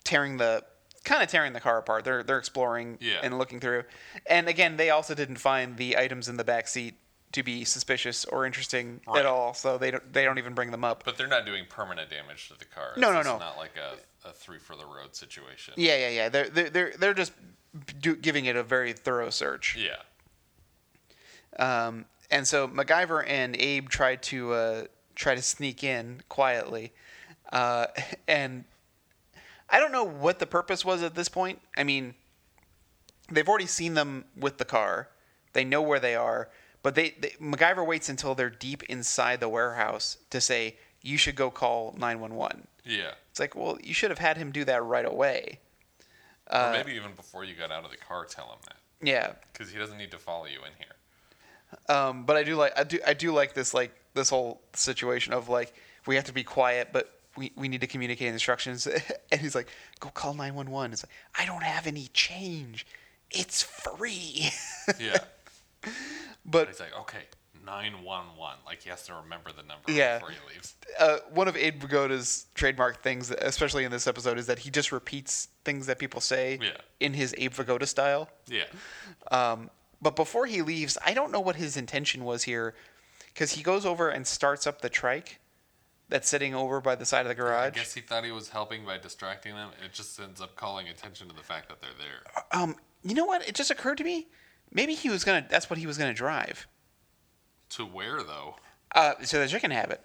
B: tearing the kind of tearing the car apart. They're they're exploring
A: Yeah.
B: and looking through. And again, they also didn't find the items in the back seat to be suspicious or interesting
A: Right.
B: at all. So they don't they don't even bring them up.
A: But they're not doing permanent damage to the car.
B: No,
A: It's
B: no,
A: just
B: no.
A: not like a, a three for the road situation.
B: Yeah, yeah, yeah. They're they're they're, they're just do, giving it a very thorough search.
A: Yeah.
B: Um, and so MacGyver and Abe try to uh, try to sneak in quietly, uh, and I don't know what the purpose was at this point. I mean, they've already seen them with the car; they know where they are. But they, they MacGyver waits until they're deep inside the warehouse to say, "You should go call 911."
A: Yeah.
B: It's like, well, you should have had him do that right away. Uh,
A: or maybe even before you got out of the car, tell him that.
B: Yeah,
A: Because he doesn't need to follow you in here.
B: Um, but I do like I do I do like this like this whole situation of like we have to be quiet, but we, we need to communicate instructions. and he's like, "Go call nine one one." It's like I don't have any change. It's free.
A: Yeah.
B: but
A: He's like, okay, 911. Like, he has to remember the number
B: Yeah.
A: before he leaves.
B: uh, one of Abe Vigoda's trademark things, especially in this episode, is that he just repeats things that people say
A: Yeah.
B: in his Abe Vigoda style.
A: Yeah.
B: Um, but before he leaves, I don't know what his intention was here, because he goes over and starts up the trike that's sitting over by the side of the
A: I
B: garage.
A: guess he thought he was helping by distracting them. It just ends up calling attention to the fact that they're there.
B: Um, you know what? It just occurred to me. Maybe he was gonna. That's what he was gonna drive.
A: To where, though?
B: Uh, so the chicken habit.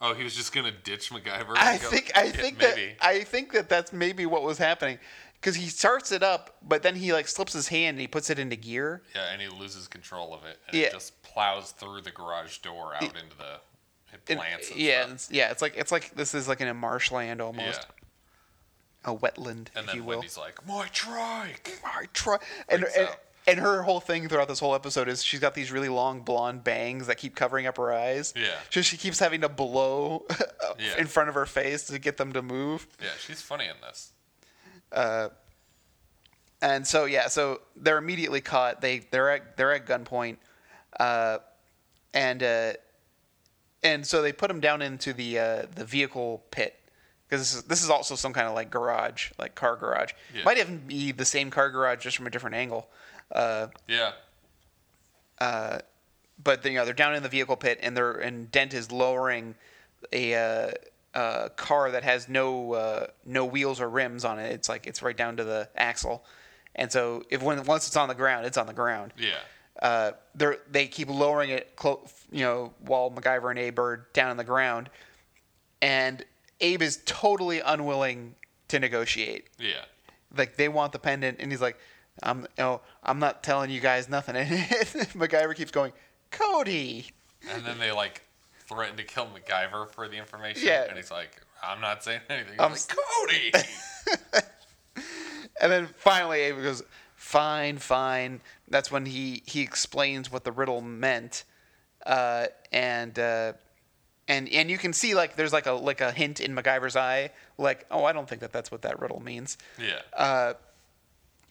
A: Oh, he was just going to ditch MacGyver? and
B: I
A: go-
B: think. I
A: Yeah,
B: think
A: maybe.
B: that. I think that that's maybe what was happening, because he starts it up, but then he like slips his hand and he puts it into gear.
A: Yeah, and he loses control of it, and
B: Yeah.
A: it just plows through the garage door out into the it
B: And-
A: plants. And
B: yeah,
A: stuff.
B: it's, yeah. It's like it's like this is like in a marshland almost,
A: yeah.
B: a
A: And
B: wetland, if you
A: then
B: will.
A: Wendy's like, "My trike."
B: I try. And,
A: Freaks
B: and,
A: out.
B: and her whole thing throughout this whole episode is she's got these really long blonde bangs that keep covering up her eyes.
A: Yeah.
B: So she keeps having to blow
A: Yeah.
B: in front of her face to get them to move.
A: Yeah, she's funny in this.
B: And so yeah, so they're immediately caught. They they're at they're at gunpoint, uh, and uh, and so they put them down into the uh, the vehicle pit because this is this is also some kind of like garage, like car garage.
A: Yeah.
B: Might even be the same car garage just from a different angle. Uh,
A: Yeah,
B: but you know they're down in the vehicle pit and they're and Dent is lowering a uh, uh, car that has no uh, no wheels or rims on it. It's like it's right down to the axle, and so if when once it's on the ground, it's on the ground.
A: yeah,
B: Uh, they they keep lowering it, clo- you know, while MacGyver and Abe are down on the ground, and Abe is totally unwilling to negotiate
A: yeah.
B: like they want the pendant, and he's like, "I'm, you know, I'm not telling you guys nothing." And MacGyver keeps going, "Cody."
A: And then they like threaten to kill MacGyver for the information.
B: Yeah.
A: and he's like, "I'm not saying anything." He's
B: I'm
A: like,
B: s-
A: Cody.
B: And then finally, Abe goes, "Fine, fine." That's when he he explains what the riddle meant, uh, and uh, and and you can see like there's like a like a hint in MacGyver's eye, like, "Oh, I don't think that that's what that riddle means."
A: yeah,
B: Uh,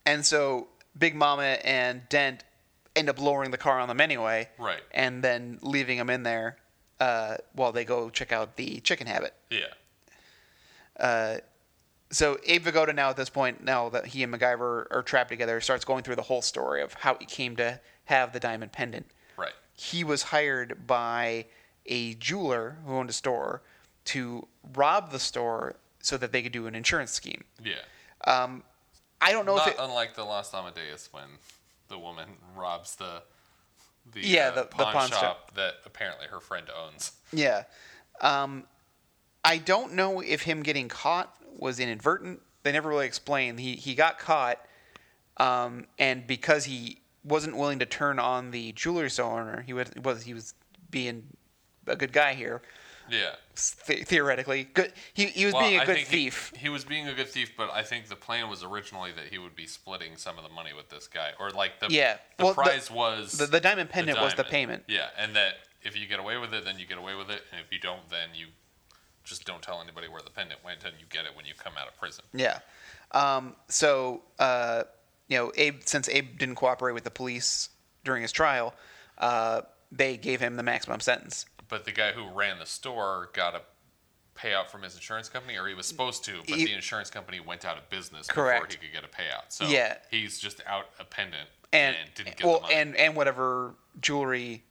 B: and so Big Mama and Dent end up lowering the car on them anyway.
A: Right.
B: And then leaving them in there uh, while they go check out the chicken habit.
A: Yeah.
B: So Abe Vigoda now at this point, now that he and MacGyver are trapped together, starts going through the whole story of how he came to have the diamond pendant.
A: Right.
B: He was hired by a jeweler who owned a store to rob the store so that they could do an insurance scheme.
A: Yeah.
B: I don't know
A: Not
B: if it,
A: unlike the Last Amadeus when the woman robs the the,
B: Yeah,
A: uh,
B: the- the
A: pawn,
B: pawn shop.
A: shop, that apparently her friend owns.
B: yeah. Um, I don't know if him getting caught was inadvertent. They never really explain. He he got caught, um, and because he wasn't willing to turn on the jewelry store owner, he was, was he was being a good guy here.
A: Yeah.
B: Th- theoretically, good. He he was
A: Well,
B: being a
A: I
B: good
A: think he-
B: thief.
A: He, was being a good thief, but I think the plan was originally that he would be splitting some of the money with this guy, or like the
B: Yeah.
A: the
B: Well, the-
A: prize was
B: the- the diamond pendant was the payment.
A: Yeah, and that if you get away with it, then you get away with it, and if you don't, then you just don't tell anybody where the pendant went, and you get it when you come out of prison.
B: Yeah. Um, so uh, you know, Abe since Abe didn't cooperate with the police during his trial, uh, they gave him the maximum sentence.
A: But the guy who ran the store got a payout from his insurance company, or he was supposed to, but
B: He-
A: the insurance company went out of business
B: Correct.
A: before he could get a payout. So
B: Yeah.
A: he's just out a pendant
B: and,
A: didn't get
B: well,
A: the money.
B: and and whatever jewelry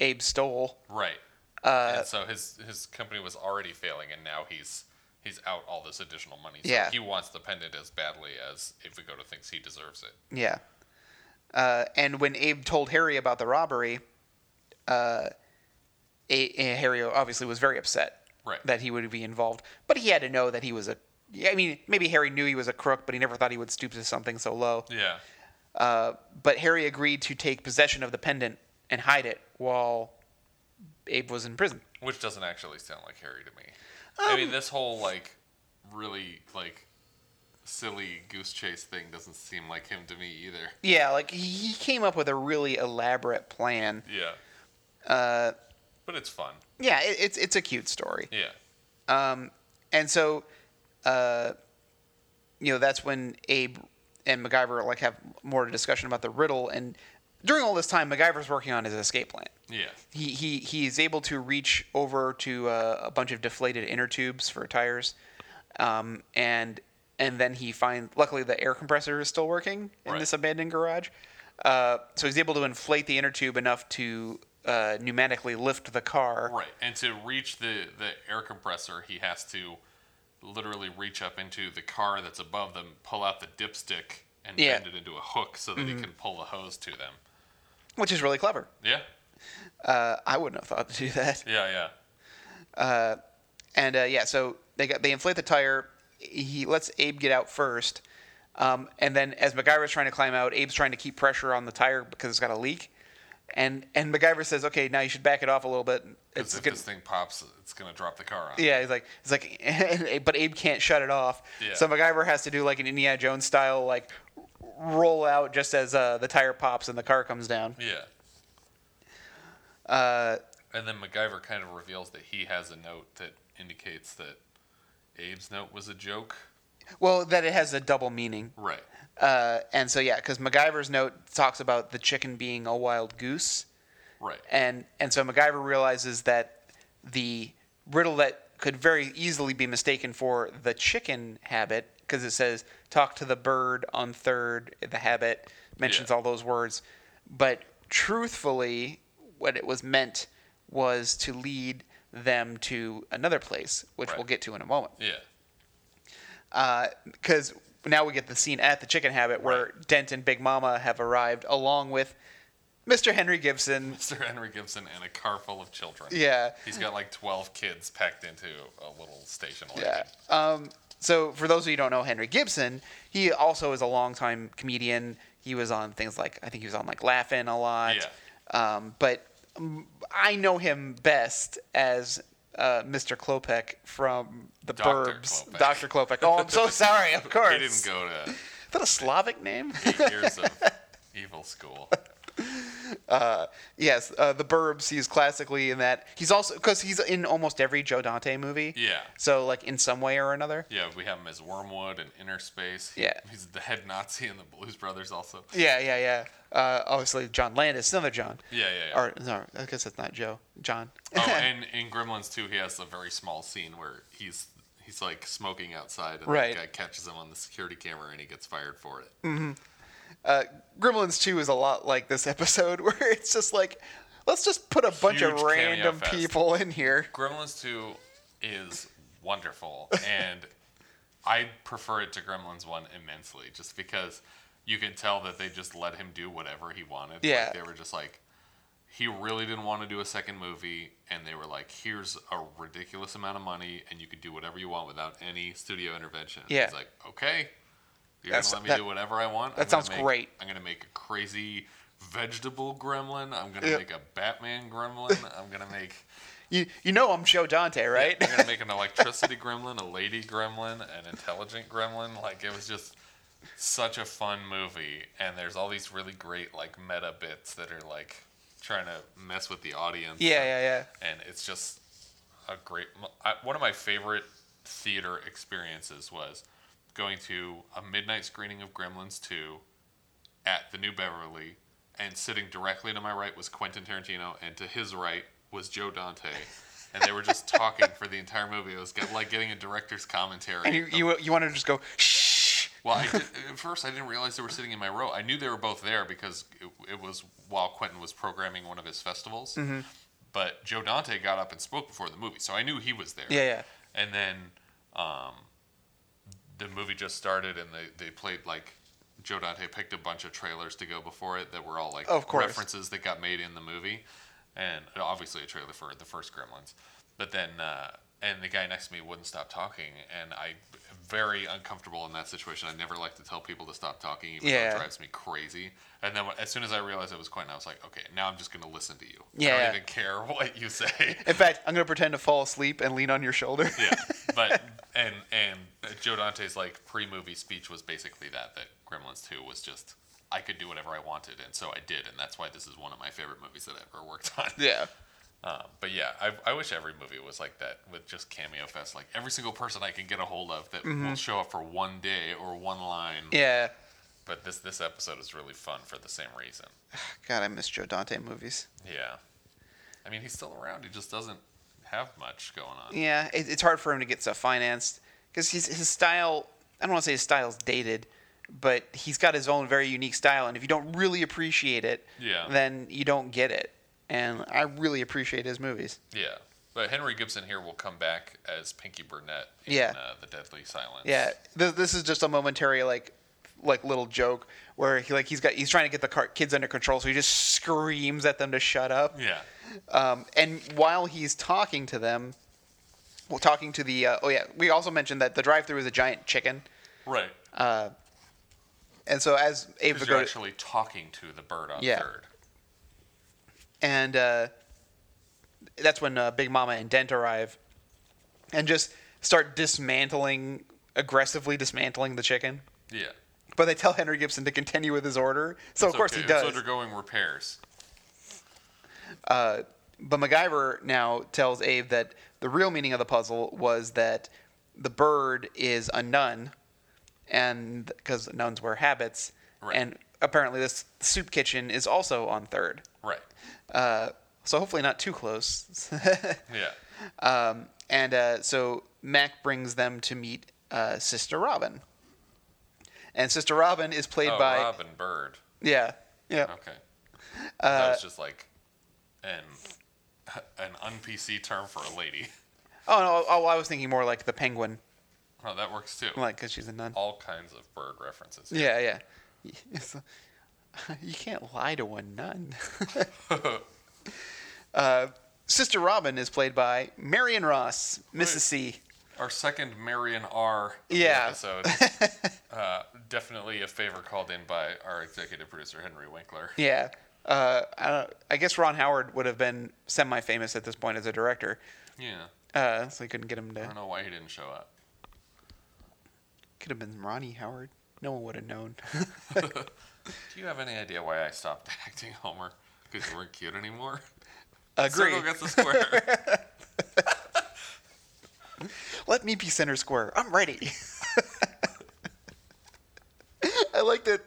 B: Abe stole.
A: Right.
B: uh,
A: and so his his company was already failing, and now he's he's out all this additional money. So
B: Yeah.
A: He wants the pendant as badly as Ivigoda thinks he deserves it.
B: Yeah. Uh, and when Abe told Harry about the robbery, uh, A- A- Harry obviously was very upset
A: Right.
B: that he would be involved. But he had to know that he was a. I mean, maybe Harry knew he was a crook, but he never thought he would stoop to something so low.
A: Yeah.
B: Uh, but Harry agreed to take possession of the pendant and hide it while Abe was in prison.
A: Which doesn't actually sound like Harry to me. I
B: Um,
A: mean, this whole like really like silly goose chase thing doesn't seem like him to me either.
B: Yeah, like he- he came up with a really elaborate plan.
A: Yeah. Uh.
B: Uh,
A: But it's fun.
B: Yeah, it, it's it's a cute story.
A: Yeah.
B: and so uh you know that's when abe and MacGyver like have more discussion about the riddle and during all this time MacGyver's working on his escape plan
A: Yeah.
B: he he he is able to reach over to uh, a bunch of deflated inner tubes for tires um and and then he finds luckily the air compressor is still working in
A: Right.
B: this abandoned garage uh so he's able to inflate the inner tube enough to uh, pneumatically lift the car
A: Right, and to reach the the air compressor, he has to literally reach up into the car that's above them, pull out the dipstick, and
B: Yeah. Mm-hmm.
A: bend it into a hook so that he can pull the hose to them.
B: which is really clever
A: Yeah,
B: uh, i wouldn't have thought to do that
A: yeah, yeah.
B: And uh, yeah, so they got, they inflate the tire. He lets Abe get out first, um, and then as MacGyver's trying to climb out, Abe's trying to keep pressure on the tire because it's got a leak. And and MacGyver says, "Okay, now you should back it off a little bit."
A: Because
B: It's
A: if
B: good.
A: this thing pops, it's gonna drop the car on.
B: Yeah, he's like, he's like, but Abe can't shut it off.
A: Yeah.
B: So MacGyver has to do like an Indiana Jones style, like roll out just as uh, the tire pops and the car comes down.
A: yeah. Uh, and then MacGyver kind of reveals that he has a note that indicates that Abe's note was a joke.
B: Well, that it has a double meaning.
A: Right.
B: Uh, and so yeah, because MacGyver's note talks about the chicken being a wild goose.
A: Right.
B: and and so MacGyver realizes that the riddle that could very easily be mistaken for the chicken habit because it says talk to the bird on third the habit mentions
A: Yeah.
B: all those words but truthfully what it was meant was to lead them to another place which
A: Right.
B: we'll get to in a moment
A: Yeah.
B: because now we get the scene at the chicken habit where dent and big mama have arrived along with mr henry gibson
A: Mr. Henry Gibson and a car full of children.
B: yeah
A: He's got like 12 kids packed into a little station
B: Yeah.
A: wagon.
B: Um, so for those of you who don't know Henry Gibson, he also is a longtime comedian. He was on things like I think he was on like Laugh-In a lot. Um, but um, I know him best as uh, Mr. Klopek from The
A: Dr.
B: Burbs.
A: Klopek.
B: Dr. Klopek. Oh, I'm so sorry. Of course.
A: He didn't go to
B: Is that a Slavic name?
A: eight years of evil school.
B: Uh, yes, uh, the Burbs. He's classically in that. He's also because he's in almost every Joe Dante movie.
A: Yeah.
B: So like in some way or another.
A: Yeah, we have him as Wormwood and Inner Space.
B: Yeah.
A: He's the head Nazi in the Blues Brothers also.
B: Yeah, yeah, yeah. Uh, obviously John Landis, another John.
A: Yeah, yeah, yeah.
B: Or no, I guess that's not Joe. John.
A: Oh, and in Gremlins 2, he has a very small scene where he's he's like smoking outside and
B: Right.
A: the guy catches him on the security camera and he gets fired for it.
B: uh, Gremlins 2 is a lot like this episode where it's just like, let's just put a bunch of
A: Huge cameo
B: random
A: fest.
B: people in here.
A: Gremlins 2 is wonderful and I prefer it to Gremlins 1 immensely just because you can tell that they just let him do whatever he wanted.
B: Yeah.
A: Like, they were just like he really didn't want to do a second movie and they were like here's a ridiculous amount of money and you can do whatever you want without any studio intervention.
B: Yeah.
A: He's like, "Okay. You're
B: That's-
A: going to let me
B: that-
A: do whatever I want."
B: that
A: I'm gonna
B: sounds
A: make-
B: great.
A: I'm going to make a crazy vegetable gremlin. I'm going to
B: Yeah.
A: make a Batman gremlin. I'm going to make
B: You, you know I'm Joe Dante, right?
A: I'm gonna make an electricity gremlin, a lady gremlin, an intelligent gremlin. Like it was just such a fun movie, and there's all these really great like meta bits that are like trying to mess with the audience.
B: yeah, yeah, yeah.
A: And it's just a great. I, one of my favorite theater experiences was going to a midnight screening of Gremlins 2 at the New Beverly, and sitting directly to my right was Quentin Tarantino, and to his right was Joe Dante. And they were just talking for the entire movie. It was get- like getting a director's commentary.
B: And you, you, you want to just go, shh.
A: Well, I did, at first I didn't realize they were sitting in my row. I knew they were both there because it, it was while Quentin was programming one of his festivals. But Joe Dante got up and spoke before the movie, so I knew he was there.
B: Yeah, yeah.
A: And then um, the movie just started, and they, they played like Joe Dante picked a bunch of trailers to go before it that were all like
B: Of course.
A: references that got made in the movie, and obviously a trailer for the first Gremlins. But then, uh, and the guy next to me wouldn't stop talking, and I am very uncomfortable in that situation. I never like to tell people to stop talking, even though
B: Yeah.
A: it drives me crazy. And then when- as soon as I realized it was Quentin, I was like, okay, now I'm just gonna listen to you. I
B: Yeah.
A: don't even care what you say.
B: In fact, I'm going to pretend to fall asleep and lean on your shoulder.
A: yeah, but and and Joe Dante's like pre-movie speech was basically that that Gremlins Two was just I could do whatever I wanted, and so I did, and that's why this is one of my favorite movies that I ever worked on.
B: yeah.
A: Um, but yeah, I, I wish every movie was like that with just cameo fest, like every single person I can get a hold of that will show up for one day or one line.
B: Yeah.
A: But this this episode is really fun for the same reason.
B: God, I miss Joe Dante movies.
A: Yeah, I mean he's still around. He just doesn't have much going on.
B: Yeah, it, it's hard for him to get stuff financed because his his style. I don't want to say his style's dated, but he's got his own very unique style, and if you don't really appreciate it,
A: Yeah.
B: then you don't get it. And I really appreciate his movies.
A: Yeah, but Henry Gibson here will come back as Pinky Burnett in
B: Yeah.
A: uh, the Deadly Silence.
B: Yeah, this, this is just a momentary like like little joke where he like he's got he's trying to get the car, kids under control, so he just screams at them to shut up.
A: yeah,
B: Um, and while he's talking to them, well, talking to the uh, oh yeah, we also mentioned that the drive-through is a giant chicken.
A: right.
B: And so as Ava
A: Because you're
B: goes,
A: actually talking to the bird on
B: Yeah.
A: third.
B: and uh, that's when uh, Big Mama and Dent arrive, and just start dismantling aggressively dismantling the chicken.
A: Yeah.
B: But they tell Henry Gibson to continue with his order, so of course he does.
A: It's undergoing repairs.
B: But MacGyver now tells Abe that the real meaning of the puzzle was that the bird is a nun, and because nuns wear habits,
A: Right.
B: and apparently this soup kitchen is also on third.
A: Right.
B: Uh, so hopefully not too close.
A: Yeah.
B: Um, and uh, so Mac brings them to meet uh, Sister Robin. And Sister Robin is played
A: oh,
B: by
A: Robin Oh. Bird.
B: yeah yeah
A: Okay. that
B: Uh,
A: was just like an an un-PC term for a lady.
B: oh no oh I was thinking more like the Penguin
A: Oh, that works too.
B: like because she's a nun
A: All kinds of bird references. here.
B: yeah yeah It's- you can't lie to a nun. uh, Sister Robin is played by Marion Ross, Mrs. C.
A: Our second Marion R. of the
B: Yeah.
A: episode. uh, definitely a favor called in by our executive producer, Henry Winkler.
B: Yeah. Uh, I, don't, I guess Ron Howard would have been semi-famous at this point as a director,
A: Yeah.
B: uh, so he couldn't get him
A: I
B: to
A: don't know why he didn't show up.
B: Could have been Ronnie Howard. No one would have known.
A: Do you have any idea why I stopped acting, Homer? Because you weren't cute anymore.
B: Agree.
A: Circle gets the square.
B: Let me be center square. I'm ready. I like that.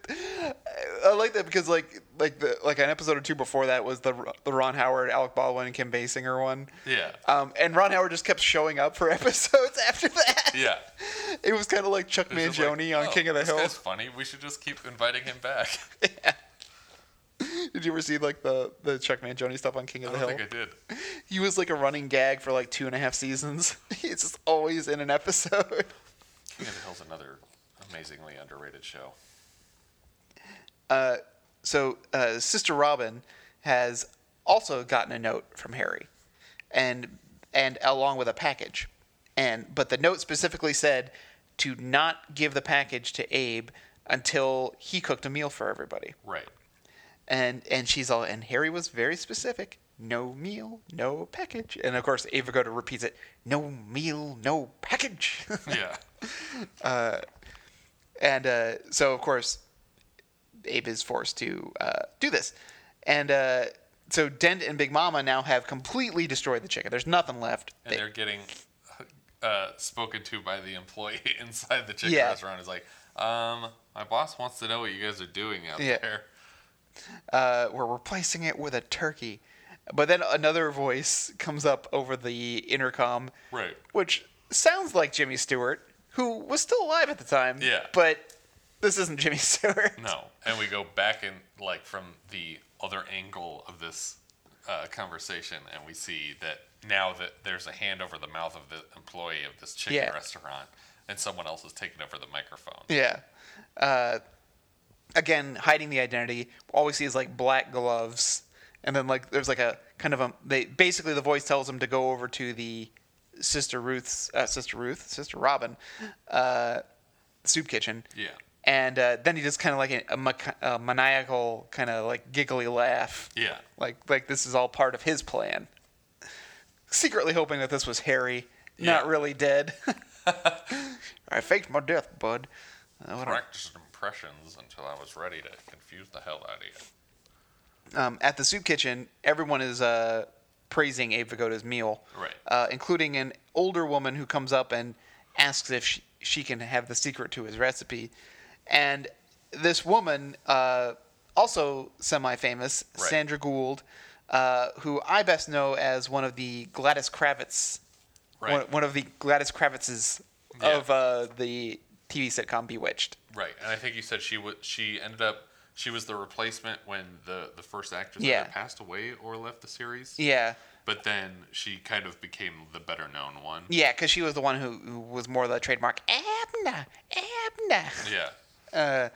B: I like that because like like the like an episode or two before that was the the Ron Howard, Alec Baldwin, and Kim Basinger one.
A: yeah.
B: Um, and Ron Howard just kept showing up for episodes after that.
A: Yeah.
B: It was kind of like Chuck
A: It's just like,
B: Mangione on
A: oh,
B: King of the
A: this
B: Hill.
A: guy's funny. We should just keep inviting him back.
B: Did you ever see like the the Chuck Mangione stuff on King of
A: I
B: the
A: don't
B: Hill?
A: think I did.
B: he was like a running gag for like two and a half seasons. He's just always in an episode.
A: King of the Hill's another amazingly underrated show.
B: Uh, so uh, Sister Robin has also gotten a note from Harry, and and along with a package, and but the note specifically said to not give the package to Abe until he cooked a meal for everybody.
A: Right.
B: and and she's all and Harry was very specific. No meal, no package. And of course, Ava Goda repeats it. No meal, no package.
A: Yeah.
B: and uh, so, of course, Abe is forced to uh, do this. And uh, so, Dent and Big Mama now have completely destroyed the chicken. There's nothing left.
A: And
B: They-
A: they're getting uh, spoken to by the employee inside the chicken
B: Yeah.
A: restaurant. Is like, um, my boss wants to know what you guys are doing out
B: Yeah.
A: there.
B: uh, we're replacing it with a turkey. But then another voice comes up over the intercom,
A: Right.
B: Which sounds like Jimmy Stewart, who was still alive at the time.
A: Yeah.
B: but this isn't Jimmy Stewart.
A: No. And we go back and like from the other angle of this uh, conversation, and we see that now that there's a hand over the mouth of the employee of this chicken
B: Yeah.
A: restaurant, and someone else is taking over the microphone.
B: Yeah. Uh, again, hiding the identity. All we see is like black gloves, and then like there's like a kind of a they basically the voice tells him to go over to the sister Ruth's uh, sister Ruth sister Robin uh, soup kitchen.
A: Yeah.
B: And uh, then he just kind of like a, mac- a maniacal kind of like giggly laugh.
A: Yeah.
B: Like like this is all part of his plan. Secretly hoping that this was Harry, not
A: Yeah.
B: really dead. I faked my death, bud. Uh, what
A: Practiced impressions until I was ready to confuse the hell out of you.
B: a- um, at the soup kitchen, everyone is uh, praising Abe Vigoda's meal,
A: Right.
B: uh, including an older woman who comes up and asks if she, she can have the secret to his recipe. And this woman, uh, also semi-famous,
A: Right.
B: Sandra Gould, uh, who I best know as one of the Gladys Kravitz
A: Right.
B: one, one of the Gladys Kravitzes
A: Yeah.
B: of uh, the TV sitcom Bewitched.
A: Right, and I think you said she was she ended up she was the replacement when the the first actress
B: Yeah.
A: either passed away or left the series.
B: Yeah,
A: But then she kind of became the better known one.
B: yeah, because she was the one who, who was more the trademark Abna, Abna.
A: Yeah.
B: Uh,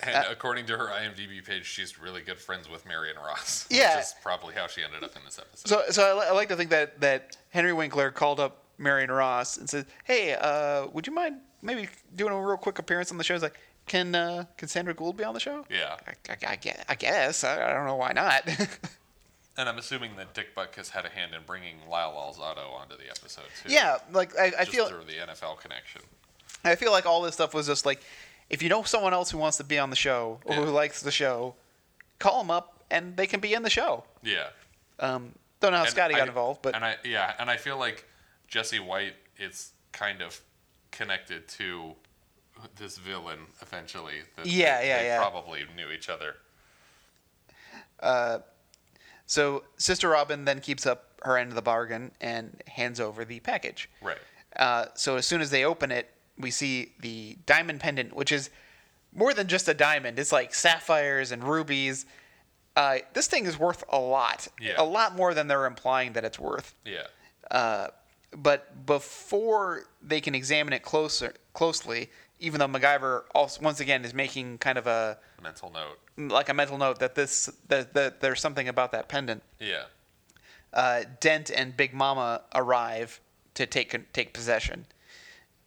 A: And according to her IMDb page, she's really good friends with Marion Ross.
B: Yeah.
A: Which is probably how she ended up in this episode.
B: so, so I, li- I like to think that that Henry Winkler called up Marion Ross and said, "Hey, uh, would you mind maybe doing a real quick appearance on the show?" It's like, "Can uh, can Sandra Gould be on the show?"
A: yeah.
B: I, I, I guess. I, guess. I, I don't know why not.
A: And I'm assuming that Dick Buck has had a hand in bringing Lyle Alzado onto the episode too.
B: yeah, like I, I
A: Just
B: feel
A: through the NFL connection.
B: I feel like all this stuff was just like, if you know someone else who wants to be on the show or
A: Yeah.
B: who likes the show, call them up and they can be in the show.
A: Yeah.
B: Um, don't know how
A: And
B: Scotty
A: I-
B: got involved, but
A: and I yeah, and I feel like Jesse White is kind of connected to this villain eventually. that
B: Yeah,
A: they-
B: yeah,
A: they
B: yeah.
A: Probably knew each other.
B: so Sister Robin then keeps up her end of the bargain and hands over the package.
A: Right.
B: Uh, so as soon as they open it, we see the diamond pendant, which is more than just a diamond. It's like sapphires and rubies. Uh, this thing is worth a lot,
A: Yeah.
B: a lot more than they're implying that it's worth.
A: Yeah.
B: Uh, but before they can examine it closer closely, even though MacGyver also once again is making kind of a
A: Mental note.
B: like a mental note that this that, that there's something about that pendant.
A: Yeah.
B: Uh, Dent and Big Mama arrive to take take possession,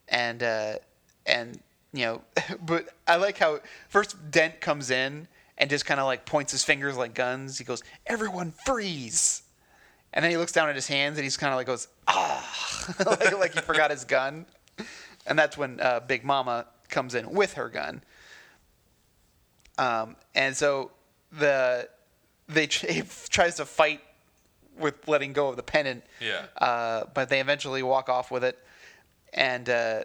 B: and uh, and you know, but I like how first Dent comes in and just kind of like points his fingers like guns. He goes, "Everyone freeze!" And then he looks down at his hands and he's kind of like goes, "Ah," like, like he forgot his gun. And that's when uh, Big Mama comes in with her gun. Um, and so the they ch- he tries to fight with letting go of the pennant.
A: Yeah.
B: Uh, but they eventually walk off with it, and uh,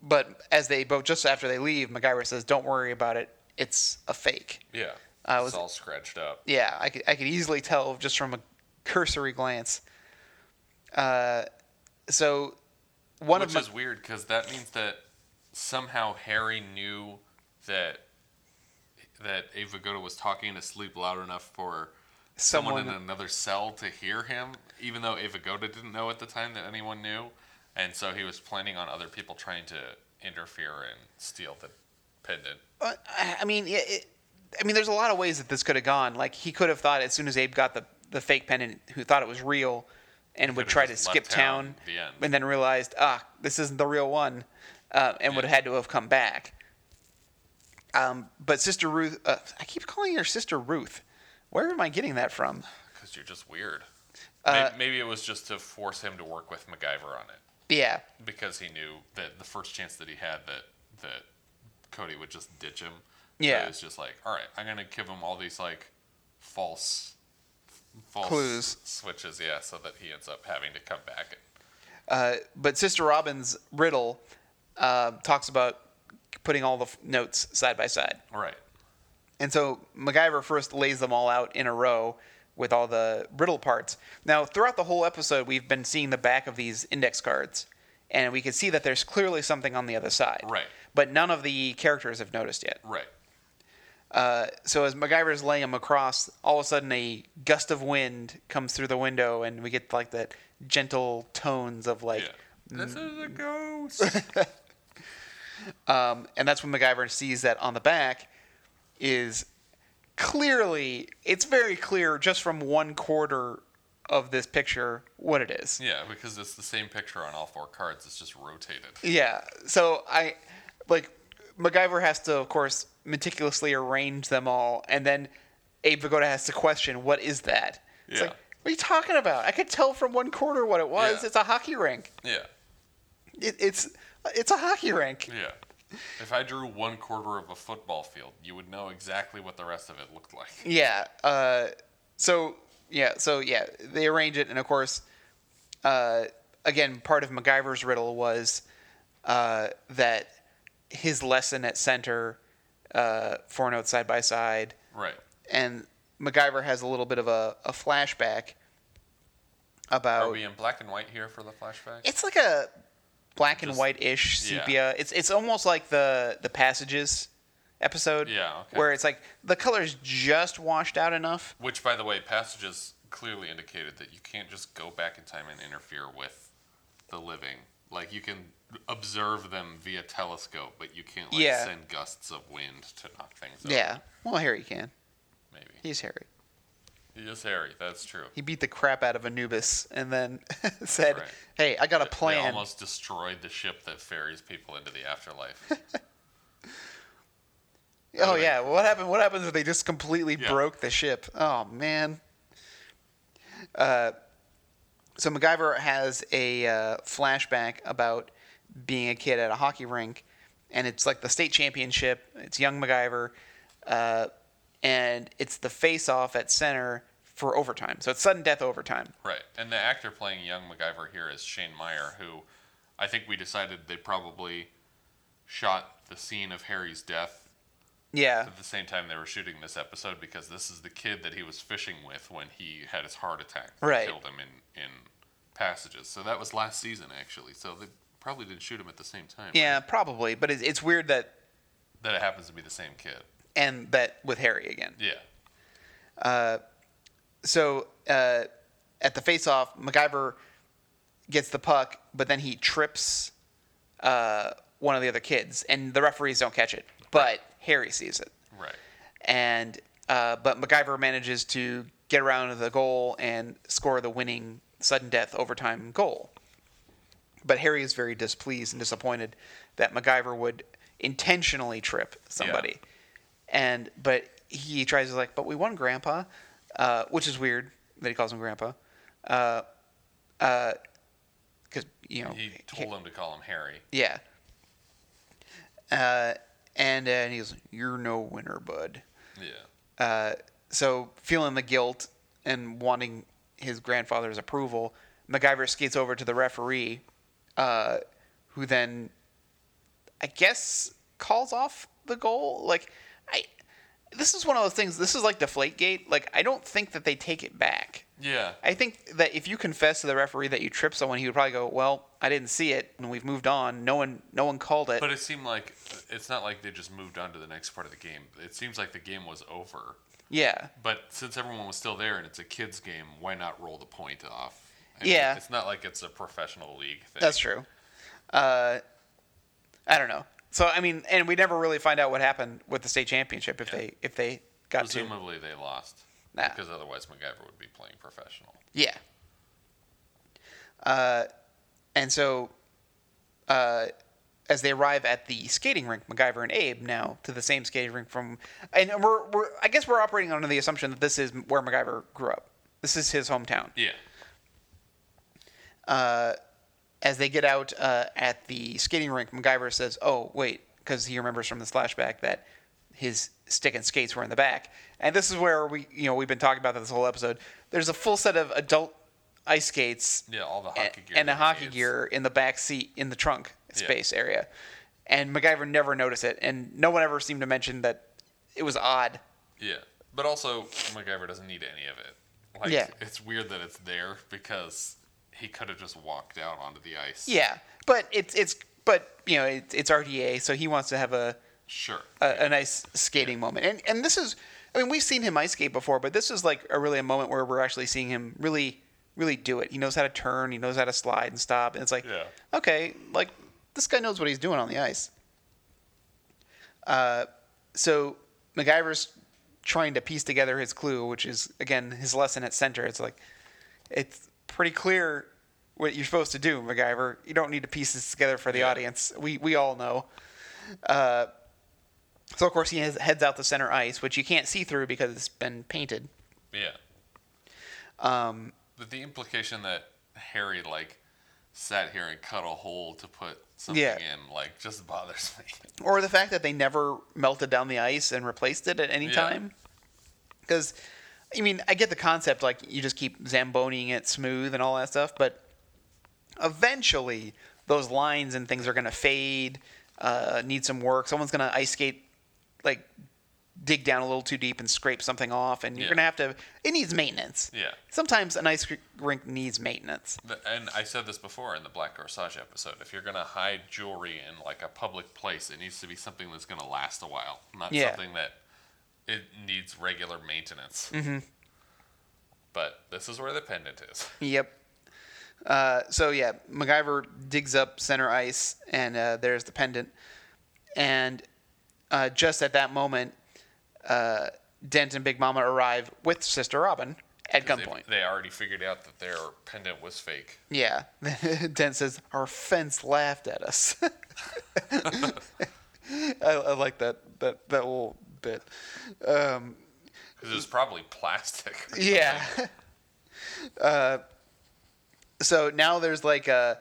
B: but as they both just after they leave, MacGyver says, "Don't worry about it. It's a fake."
A: Yeah.
B: I was-
A: it's all scratched up.
B: Yeah, I could I could easily tell just from a cursory glance. Uh, so one
A: Which
B: of my,
A: is weird because that means that somehow Harry knew that that Ava Goda was talking to sleep loud enough for someone,
B: Someone-
A: in another cell to hear him, even though Ava Goda didn't know at the time that anyone knew, and so he was planning on other people trying to interfere and steal the pendant.
B: Uh, I I mean, it, it, I mean, there's a lot of ways that this could have gone. Like he could have thought as soon as Abe got the the fake pendant, who thought it was real, and would
A: could've
B: try to
A: just
B: skip
A: left town
B: town,
A: at the end.
B: and then realized, ah, this isn't the real one, uh, and would have
A: Yeah.
B: had to have come back. Um, but Sister Ruth, uh, I keep calling her Sister Ruth. Where am I getting that from?
A: Because you're just weird.
B: Uh,
A: maybe, maybe it was just to force him to work with MacGyver on it
B: Yeah,
A: because he knew that the first chance that he had that that Cody would just ditch him.
B: Yeah.
A: so it's just like, all right, I'm gonna give him all these like false, false
B: Clues.
A: switches, yeah, so that he ends up having to come back. And,
B: Uh, but Sister Robin's riddle uh, talks about putting all the f- notes side by side.
A: all right,
B: And so MacGyver first lays them all out in a row with all the riddle parts. Now, throughout the whole episode, we've been seeing the back of these index cards, and we can see that there's clearly something on the other side.
A: Right.
B: But none of the characters have noticed yet.
A: right,
B: Uh, so as MacGyver's laying them across, all of a sudden a gust of wind comes through the window, and we get like that gentle tones of like.
A: yeah. This is a ghost.
B: Um, and that's when MacGyver sees that on the back is clearly, it's very clear just from one quarter of this picture what it is.
A: yeah, because it's the same picture on all four cards. It's just rotated.
B: Yeah. So I, like, MacGyver has to, of course, meticulously arrange them all, and then Abe Vigoda has to question, what is that? It's
A: Yeah.
B: like, what are you talking about? I could tell from one quarter what it was.
A: Yeah.
B: It's a hockey rink.
A: Yeah,
B: It, it's it's a hockey rink.
A: yeah. If I drew one quarter of a football field, you would know exactly what the rest of it looked like.
B: Yeah. Uh, so yeah. So yeah. They arrange it, and of course, uh, again, part of MacGyver's riddle was uh, that his lesson at center, uh, four notes side by side,
A: Right.
B: and MacGyver has a little bit of a, a flashback
A: Are
B: about.
A: we in black and white here for the flashback?
B: It's like a black and
A: Just-
B: white ish
A: yeah.
B: sepia. It's it's almost like the the passages episode
A: Yeah, okay.
B: where it's like the colors just washed out enough
A: Which, by the way, passages clearly indicated that you can't just go back in time and interfere with the living. Like you can observe them via telescope, but you can't like
B: Yeah.
A: send gusts of wind to knock things over.
B: Yeah. Well, Harry can.
A: Maybe.
B: He's Harry.
A: Yes, Harry. That's true.
B: He beat the crap out of Anubis and then said,
A: Right.
B: "Hey, I got a
A: They
B: plan."
A: almost destroyed the ship that ferries people into the afterlife.
B: oh yeah. What happened? What happens if they just completely
A: Yeah.
B: broke the ship? Oh man. Uh, so MacGyver has a uh, flashback about being a kid at a hockey rink, and it's like the state championship. It's young MacGyver, uh, and it's the face-off at center for overtime. So it's sudden death overtime.
A: Right. And the actor playing young MacGyver here is Shane Meyer, who I think we decided they probably shot the scene of Harry's death
B: Yeah.
A: at the same time they were shooting this episode because this is the kid that he was fishing with when he had his heart attack that
B: Right.
A: killed him in, in passages. So that was last season, actually. So they probably didn't shoot him at the same time. right?
B: Yeah, probably. But it's, it's weird that
A: That it happens to be the same kid.
B: and that with Harry again.
A: Yeah.
B: So uh, at the face-off, MacGyver gets the puck, but then he trips uh, one of the other kids, and the referees don't catch it, but Harry sees it,
A: Right.
B: and uh, but MacGyver manages to get around to the goal and score the winning sudden death overtime goal. But Harry is very displeased and disappointed that MacGyver would intentionally trip somebody. And but he tries to like, but we won, Grandpa, uh, which is weird that he calls him Grandpa, because uh, uh 'cause you know,
A: He
B: Ha-
A: told him to call him Harry.
B: yeah. Uh, and uh, and he's like, you're no winner, bud.
A: Yeah.
B: Uh, So, feeling the guilt and wanting his grandfather's approval, MacGyver skates over to the referee, uh, who then, I guess, calls off the goal. Like, I. This is one of those things. This is like Deflategate. Like, I don't think that they take it back.
A: Yeah.
B: I think that if you confess to the referee that you tripped someone, he would probably go, "Well, I didn't see it, and we've moved on. No one, no one called it."
A: But it seemed like it's not like they just moved on to the next part of the game. It seems like the game was over.
B: yeah,
A: But since everyone was still there and it's a kids game, why not roll the point off? I
B: Yeah.
A: It's not like it's a professional league thing.
B: that's true. Uh, I don't know. So I mean, and we never really find out what happened with the state championship if they if they got to.
A: Presumably they lost.
B: Nah.
A: Because otherwise MacGyver would be playing professional.
B: Yeah. Uh, and so, uh, as they arrive at the skating rink, MacGyver and Abe now to the same skating rink from, and we're, we're I guess we're operating under the assumption that this is where MacGyver grew up. This is his hometown.
A: Yeah.
B: Uh, as they get out uh, at the skating rink, MacGyver says, "Oh wait," because he remembers from the flashback that his stick and skates were in the back. And this is where we, you know, we've been talking about this whole episode. There's a full set of adult ice skates
A: Yeah, all the hockey
B: and,
A: gear.
B: and a
A: that he
B: hockey
A: needs.
B: gear in the back seat in the trunk
A: Yeah.
B: space area. And MacGyver never noticed it, and no one ever seemed to mention that it was odd.
A: Yeah. But also MacGyver doesn't need any of it. Like
B: Yeah.
A: it's weird that it's there because he could have just walked out onto the ice.
B: Yeah, but it's it's but you know it's it's RDA, so he wants to have a
A: Sure.
B: a, a nice skating moment. And and this is, I mean, we've seen him ice skate before, but this is like a really a moment where we're actually seeing him really really do it. He knows how to turn, he knows how to slide and stop, and it's like,
A: Yeah.
B: okay, like this guy knows what he's doing on the ice. Uh, so MacGyver's trying to piece together his clue, which is again his lesson at center. It's like it's pretty clear what you're supposed to do, MacGyver. You don't need to piece this together for the
A: Yeah.
B: audience. We we all know. Uh, so of course he has, heads out the center ice, which you can't see through because it's been painted.
A: Yeah.
B: Um,
A: But the implication that Harry like sat here and cut a hole to put something
B: Yeah.
A: in like just bothers me.
B: or the fact that they never melted down the ice and replaced it at any
A: Yeah.
B: time. Because, I mean, I get the concept, like, you just keep Zamboning it smooth and all that stuff, but eventually those lines and things are going to fade, uh, need some work. Someone's going to ice skate, like, dig down a little too deep and scrape something off, and you're
A: Yeah.
B: going to have to, it needs maintenance.
A: Yeah.
B: Sometimes an ice rink needs maintenance.
A: The- And I said this before in the Black Corsage episode. If you're gonna hide jewelry in like a public place, it needs to be something that's gonna last a while, not
B: Yeah.
A: something that it needs regular maintenance.
B: Mm-hmm.
A: But this is where the pendant is.
B: Yep. Uh, so yeah, MacGyver digs up center ice, and uh, there's the pendant. And uh, just at that moment, uh, Dent and Big Mama arrive with Sister Robin at
A: They-
B: gunpoint.
A: They, already figured out that their pendant was fake.
B: Yeah. Dent says, Our fence laughed at us. I, I like that, that, that little bit. Um,
A: Because it was probably plastic. or
B: Yeah. uh, so now there's like a,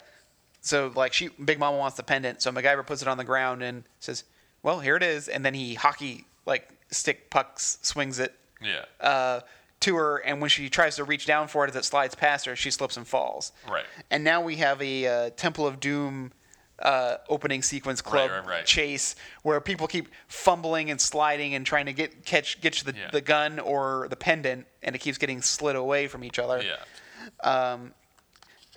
B: so like she, Big Mama wants the pendant, so MacGyver puts it on the ground and says, "Well, here it is," and then he hockey like stick pucks swings it
A: something. Yeah.
B: uh, to her, and when she tries to reach down for it as it slides past her, she slips and falls.
A: Right.
B: And now we have a uh, Temple of Doom. Uh, opening sequence club
A: right, right.
B: chase where people keep fumbling and sliding and trying to get catch get to the,
A: Yeah.
B: the gun or the pendant and it keeps getting slid away from each other
A: yeah.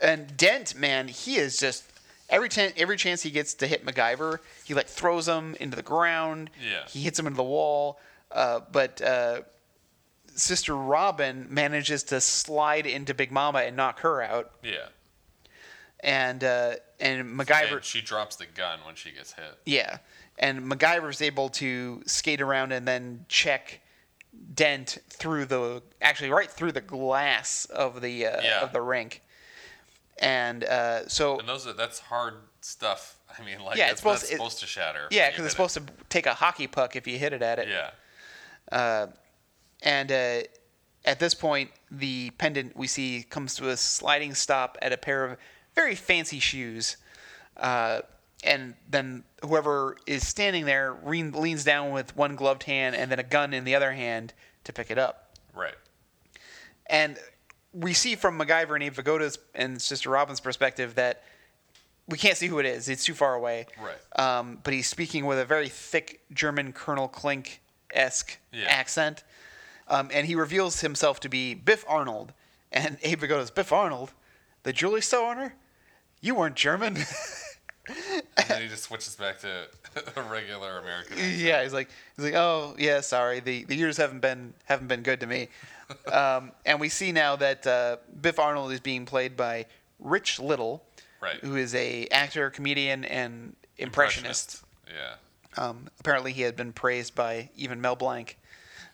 B: and Dent, man, he is just every ten, every chance he gets to hit MacGyver, he like throws him into the ground.
A: Yeah.
B: He hits him into the wall. Uh, but uh, Sister Robin manages to slide into Big Mama and knock her out.
A: Yeah.
B: And uh, and MacGyver,
A: And she drops the gun when she gets hit.
B: yeah, and MacGyver's able to skate around and then check Dent through the actually right through the glass of the uh,
A: Yeah.
B: of the rink. And uh, so
A: And those are that's hard stuff. I mean, like
B: Yeah,
A: that's
B: it's
A: not
B: supposed- it-
A: supposed to shatter.
B: Yeah,
A: when
B: because
A: you
B: it's
A: hit it.
B: supposed to take a hockey puck if you hit it at it.
A: Yeah.
B: And uh, at this point, the pendant we see comes to a sliding stop at a pair of very fancy shoes. Uh, and then whoever is standing there re- leans down with one gloved hand and then a gun in the other hand to pick it up.
A: Right.
B: And we see from MacGyver and Abe Vigoda's and Sister Robin's perspective that we can't see who it is. It's too far away.
A: Right.
B: Um, but he's speaking with a very thick German Colonel Klink esque
A: Yeah.
B: accent. Um, and he reveals himself to be Biff Arnold. And Abe Vigoda's Biff Arnold, the jewelry store owner? You weren't German.
A: And then he just switches back to a regular American. accent.
B: yeah, he's like he's like, oh yeah, sorry, the, the years haven't been haven't been good to me. um, and we see now that uh, Biff Arnold is being played by Rich Little,
A: Right.
B: who is a actor, comedian, and impressionist.
A: Yeah.
B: Um, apparently, he had been praised by even Mel Blanc,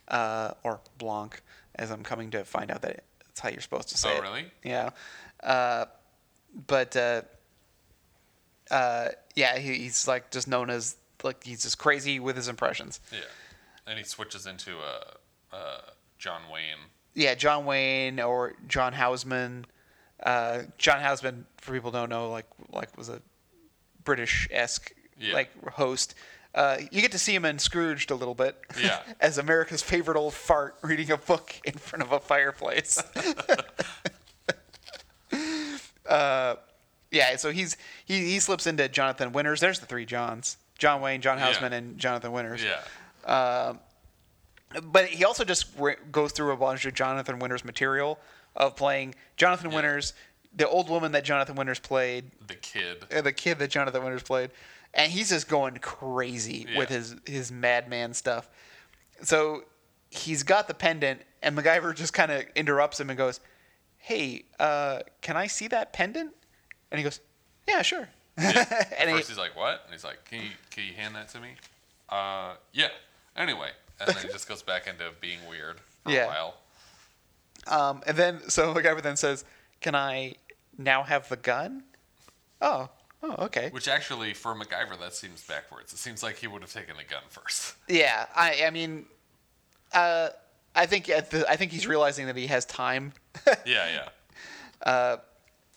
B: uh, or Blanc, as I'm coming to find out that that's how you're supposed to say
A: Oh,
B: it.
A: really?
B: Yeah. Uh, but uh, uh, yeah, he, he's like just known as like he's just crazy with his impressions.
A: Yeah. And he switches into a, a John Wayne.
B: yeah, John Wayne or John Houseman. Uh, John Houseman, for people who don't know, like like was a British esque
A: Yeah.
B: like host. Uh, you get to see him in Scrooged a little bit,
A: Yeah.
B: as America's favorite old fart reading a book in front of a fireplace. uh, yeah, so he's he, he slips into Jonathan Winters. There's the three Johns: John Wayne, John
A: Yeah.
B: Houseman, and Jonathan Winters
A: Yeah.
B: but he also just re- goes through a bunch of Jonathan Winters material of playing Jonathan
A: Yeah.
B: Winters, the old woman that Jonathan Winters played,
A: The kid.
B: uh, the kid that Jonathan Winters played, and he's just going crazy
A: Yeah.
B: with his his madman stuff. So he's got the pendant, and MacGyver just kind of interrupts him and goes, "Hey, uh, can I see that pendant?" And he goes, "Yeah, sure."
A: At
B: and he,
A: first he's like, "What?" And he's like, "Can you can you hand that to me?" Uh, yeah. Anyway, and then he just goes back into being weird for
B: Yeah.
A: a while.
B: Um, and then so MacGyver then says, "Can I now have the gun?" Oh, oh, okay.
A: Which actually, for MacGyver, that seems backwards. It seems like he would have taken the gun first.
B: Yeah, I, I mean, uh, I think at the, I think
A: Mm-hmm.
B: he's realizing that he has time.
A: Yeah, yeah,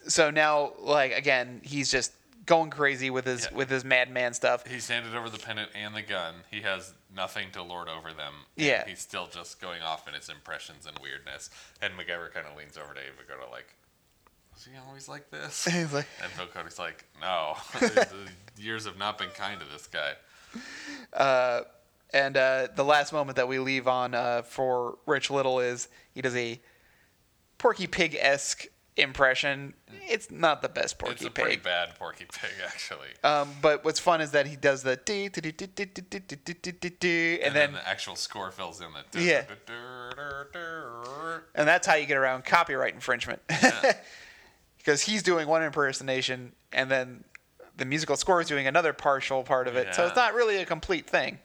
B: so now, like again, he's just going crazy with his
A: Yeah.
B: with his madman stuff.
A: he's handed over the pendant and the gun. He has nothing to lord over them. and
B: Yeah.
A: he's still just going off in his impressions and weirdness. And MacGyver kind of leans over to Abe and go to like, "Was he always like this?"
B: He's like,
A: and Bill Cody's like, "No, the years have not been kind to this guy."
B: and uh, the last moment that we leave on uh, for Rich Little is he does a Porky Pig esque impression. It's not the best Porky
A: It's a pretty
B: Pig.
A: bad Porky Pig, actually.
B: Um, but what's fun is that he does the dee, dee, dee, dee, dee, dee, dee, dee, dee, dee, dee, dee, and
A: and then,
B: then
A: the actual score fills in the
B: Yeah.
A: yeah.
B: and that's how you get around copyright infringement because he's doing one impersonation and then the musical score is doing another partial part of it, so it's
A: Yeah.
B: not really a complete thing.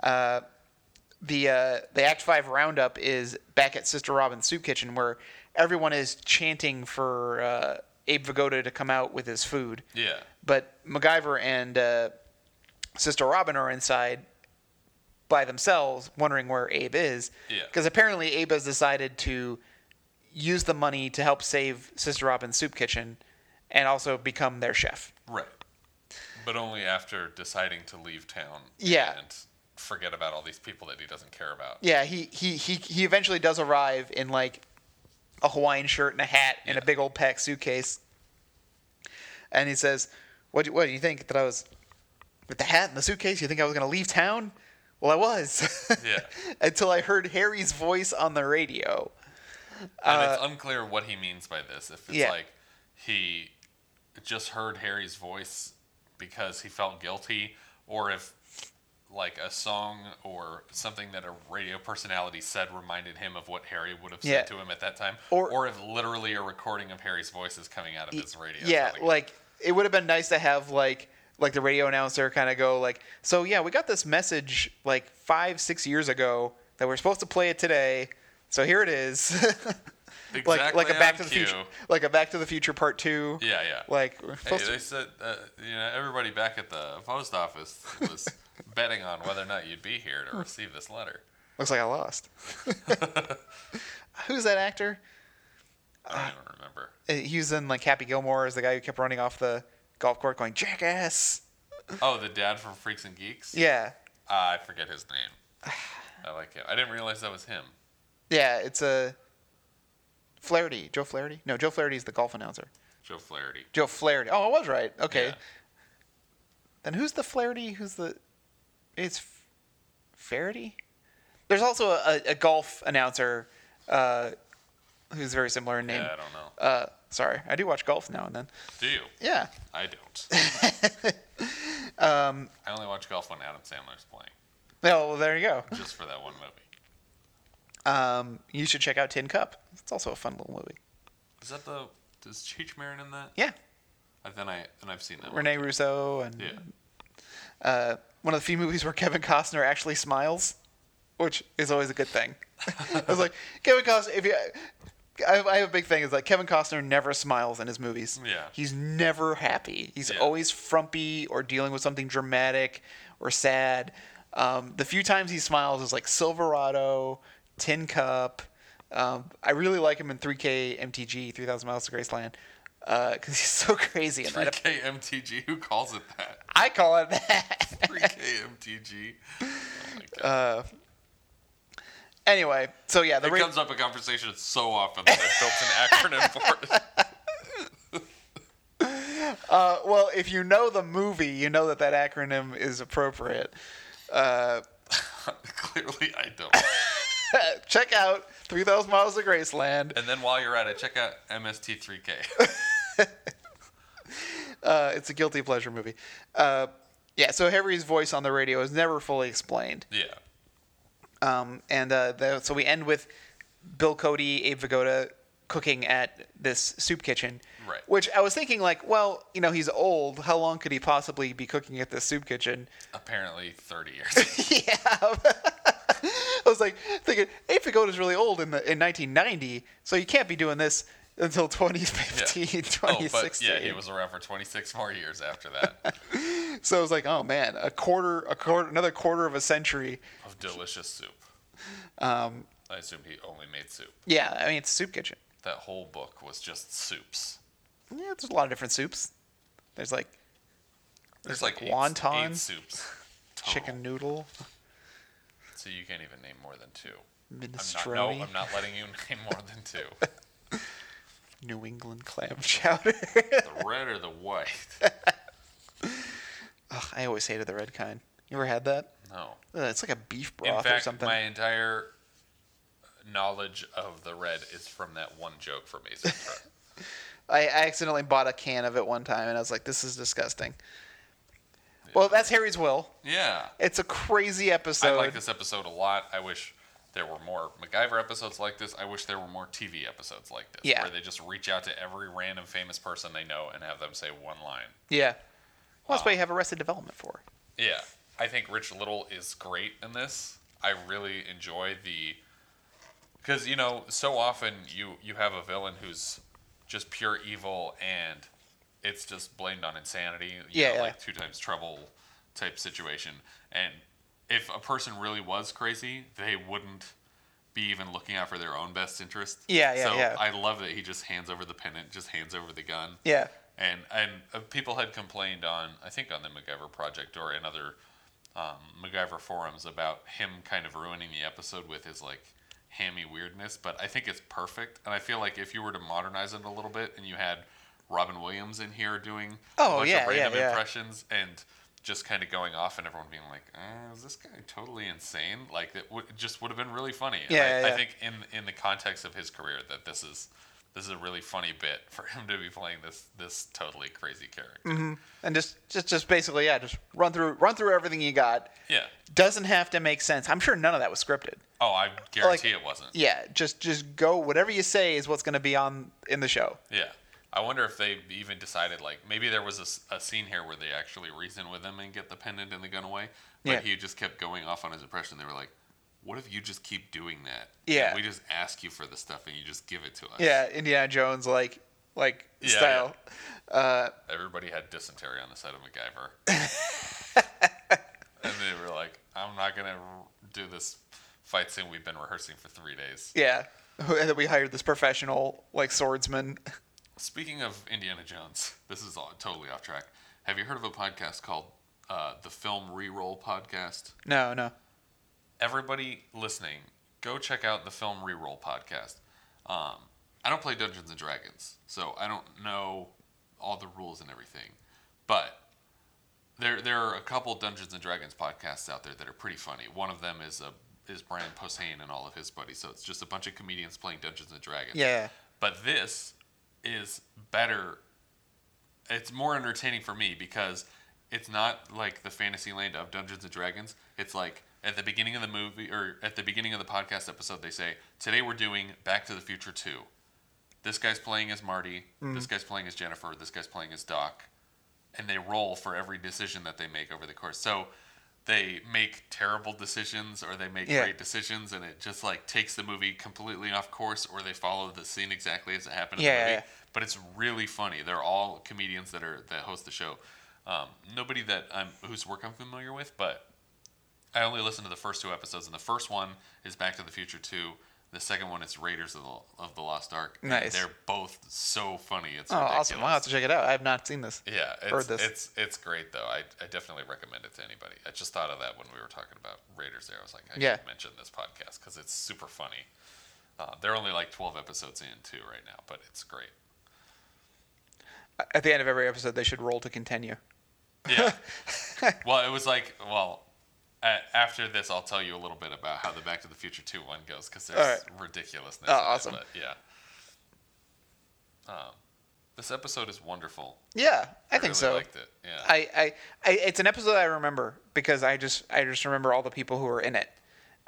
B: Uh, the uh, the Act Five roundup is back at Sister Robin's soup kitchen where everyone is chanting for uh, Abe Vigoda to come out with his food.
A: Yeah.
B: But MacGyver and uh, Sister Robin are inside by themselves, wondering where Abe is.
A: Yeah.
B: Because apparently Abe has decided to use the money to help save Sister Robin's soup kitchen, and also become their chef.
A: Right. But only after deciding to leave town.
B: Yeah.
A: And forget about all these people that he doesn't care about.
B: Yeah, he he he he eventually does arrive in like a Hawaiian shirt and a hat and a
A: Yeah.
B: big old packed suitcase. And he says, "What do, what do you think that I was with the hat and the suitcase? You think I was going to leave town? Well, I was.
A: Yeah.
B: Until I heard Harry's voice on the radio.
A: And it's unclear what he means by this. If it's
B: Uh, yeah.
A: like he just heard Harry's voice because he felt guilty, or if like a song or something that a radio personality said reminded him of what Harry would have said
B: Yeah.
A: to him at that time,
B: Or-
A: or if literally a recording of Harry's voice is coming out of his radio.
B: yeah,
A: something.
B: like it would have been nice to have like like the radio announcer kind of go like, so yeah, we got this message like five six years ago that we're supposed to play it today, so here it is. like like a
A: Exactly
B: Back
A: on
B: to the
A: cue.
B: Future, like a Back to the Future Part Two.
A: yeah, yeah.
B: Like we're
A: Hey,
B: supposed
A: they said uh, you know everybody back at the post office was betting on whether or not you'd be here
B: Hmm.
A: to receive this letter.
B: to, looks like I lost. Who's that actor?
A: I don't even remember.
B: Uh, He was in like Happy Gilmore as the guy who kept running off the golf court going jackass.
A: Oh, the dad from Freaks and Geeks. Ah,
B: Yeah.
A: Uh, I forget his name. I like him. I didn't realize that was him.
B: Yeah, it's a Flaherty. Joe Flaherty? No, Joe Flaherty's the golf announcer.
A: Joe Flaherty.
B: Joe Flaherty. Oh, I was right. Okay.
A: Yeah.
B: Then who's the Flaherty? Who's the? It's F- Faraday. There's also a, a golf announcer uh, who's very similar in name.
A: Yeah, I don't know.
B: Uh, sorry, I do watch golf now and then.
A: Do you?
B: Yeah.
A: I don't.
B: Um,
A: I only watch golf when Adam Sandler's playing,
B: Oh, well, there you go.
A: just for that one movie.
B: Um, you should check out Tin Cup. It's also a fun little movie.
A: Is that the? Is Cheech Marin in that?
B: Yeah.
A: I, then I then I've seen that. one.
B: Rene Russo and
A: Yeah.
B: uh, one of the few movies where Kevin Costner actually smiles, which is always a good thing. I was like, Kevin Costner. If you, I, I have a big thing is like Kevin Costner never smiles in his movies.
A: Yeah.
B: he's never happy. He's
A: Yeah.
B: always frumpy or dealing with something dramatic or sad. Um, the few times he smiles is like Silverado, Tin Cup. Um, I really like him in 3K MTG, 3,000 Miles to Graceland, because he's so crazy in that.
A: 3K MTG. Who calls it that?
B: I call it that.
A: 3K MTG. Oh my God.
B: Anyway, so yeah, the
A: it
B: Ra-
A: comes up in conversation so often that I built an acronym for it.
B: uh, well, if you know the movie, you know that that acronym is appropriate. Uh,
A: Clearly, I don't.
B: check out 3,000 Miles to Graceland.
A: And then while you're at it, check out MST3K.
B: Uh, it's a guilty pleasure movie. Uh, yeah, so Harry's voice on the radio is never fully explained.
A: yeah.
B: Um, and uh, the, so we end with Bill Cody, Abe Vigoda cooking at this soup kitchen.
A: Right.
B: Which I was thinking, like, well, you know, he's old. How long could he possibly be cooking at this soup kitchen?
A: Apparently, 30 years.
B: yeah. I was like thinking, Abe Vigoda's really old in the in 1990, so you can't be doing this until 2015,
A: Yeah. oh,
B: 2016.
A: but yeah, he was around for 26 more years after that
B: So I was like, oh man, a quarter, a quarter, another quarter of a century.
A: of delicious soup. Um, I assume he only made soup.
B: Yeah, I mean, it's a soup kitchen.
A: That whole book was just soups.
B: Yeah, there's a lot of different soups. There's like
A: There's,
B: There's
A: like,
B: like
A: eight-
B: wonton.
A: Eight, soups. total.
B: chicken noodle.
A: So you can't even name more than two. I'm not,
B: Minestrone,
A: no, I'm not letting you name more than two.
B: New England clam chowder.
A: The red or the white?
B: Ugh, I always hated the red kind. You ever had that?
A: No.
B: Ugh, it's like a beef
A: In
B: broth or
A: fact,
B: something.
A: my entire knowledge of the red is from that one joke from Ace Ventura.
B: I, I accidentally bought a can of it one time, and I was like, "This is disgusting." Well, that's Harry's will.
A: yeah.
B: It's a crazy episode.
A: I like this episode a lot. I wish there were more MacGyver episodes like this. I wish there were more TV episodes like this,
B: Yeah.
A: where they just reach out to every random famous person they know and have them say one line.
B: Yeah. Well, that's what you have Arrested Development for.
A: Yeah, I think Rich Little is great in this. I really enjoy the because you know so often you you have a villain who's just pure evil and it's just blamed on insanity. You
B: Yeah,
A: know,
B: yeah.
A: like two times trouble type situation. And if a person really was crazy, they wouldn't be even looking out for their own best interest.
B: Yeah, yeah,
A: so
B: yeah.
A: I love that he just hands over the pennant, just hands over the gun
B: Yeah.
A: and and uh, people had complained on I think on the MacGyver project or in other um, MacGyver forums about him kind of ruining the episode with his like hammy weirdness, but I think it's perfect, and I feel like if you were to modernize it a little bit and you had Robin Williams in here doing a
B: Oh,
A: bunch
B: yeah, yeah,
A: of random
B: yeah.
A: impressions and just kind of going off and everyone being like, eh, "Is this guy totally insane?" Like that would just would have been really funny. And
B: Yeah,
A: I,
B: yeah,
A: I
B: yeah.
A: think in in the context of his career that this is this is a really funny bit for him to be playing this this totally crazy character.
B: Mm-hmm. And just, just, just basically, yeah, just run through, run through everything you got.
A: Yeah.
B: Doesn't have to make sense. I'm sure none of that was scripted.
A: Oh, I guarantee it wasn't. Yeah.
B: Yeah. Just, just go. Whatever you say is what's going to be on in the show.
A: I wonder if they even decided like maybe there was a s- a, scene here where they actually reason with him and get the pendant and the gun away, but
B: Yeah.
A: he just kept going off on his impression. They were like, "What if you just keep doing that?
B: Yeah.
A: And we just ask you for the stuff and you just give it to us."
B: Yeah. Indiana Jones, like, like
A: Yeah, yeah.
B: style.
A: Everybody had dysentery on the side of MacGyver. and they were like, I'm not going to do this fight scene we've been rehearsing for three days.
B: Yeah. And then we hired this professional, like, swordsman.
A: Speaking of Indiana Jones, this is all, totally off track. Have you heard of a podcast called uh, the Film Reroll Podcast?
B: No, no.
A: Everybody listening, go check out the film reroll podcast. Um, I don't play Dungeons and Dragons, so I don't know all the rules and everything, but there there are a couple Dungeons and Dragons podcasts out there that are pretty funny. One of them is a is Brian Posehn and all of his buddies, so it's just a bunch of comedians playing Dungeons and Dragons.
B: Yeah.
A: But this is better. It's more entertaining for me because it's not like the fantasy land of Dungeons and Dragons. It's like at the beginning of the movie or at the beginning of the podcast episode, they say, Today we're doing Back to the Future 2. This guy's playing as Marty. This guy's playing as Jennifer. This guy's playing as Doc. And they roll for every decision that they make over the course. So they make terrible decisions or they make
B: Yeah.
A: great decisions and it just like takes the movie completely off course or they follow the scene exactly as it happened in the
B: Yeah,
A: movie.
B: yeah, yeah.
A: But it's really funny. They're all comedians that are that host the show. Um, nobody that I'm whose work I'm familiar with, but I only listened to the first two episodes, and the first one is Back to the Future Two. The second one is Raiders of the, of the Lost Ark. and
B: Nice.
A: they're both so funny. It's
B: Oh,
A: ridiculous.
B: awesome! I'll have to check it out. I have not seen this.
A: Yeah, it's,
B: Heard this.
A: it's it's great though. I, I definitely recommend it to anybody. I just thought of that when we were talking about Raiders. There, I was like, I
B: Yeah.
A: should mention this podcast because it's super funny. Uh, they're only like twelve episodes in too right now, but it's great.
B: At the end of every episode, they should roll to continue.
A: Yeah. well, it was like, well, a- after this, I'll tell you a little bit about how the Back to the Future 2 one goes because there's ridiculousness.
B: Oh,
A: in it,
B: awesome.
A: but yeah. Um, this episode is wonderful.
B: Yeah, I, think
A: really
B: so.
A: liked it. Yeah.
B: I, I, I, it's an episode I remember because I just, I just remember all the people who were in it.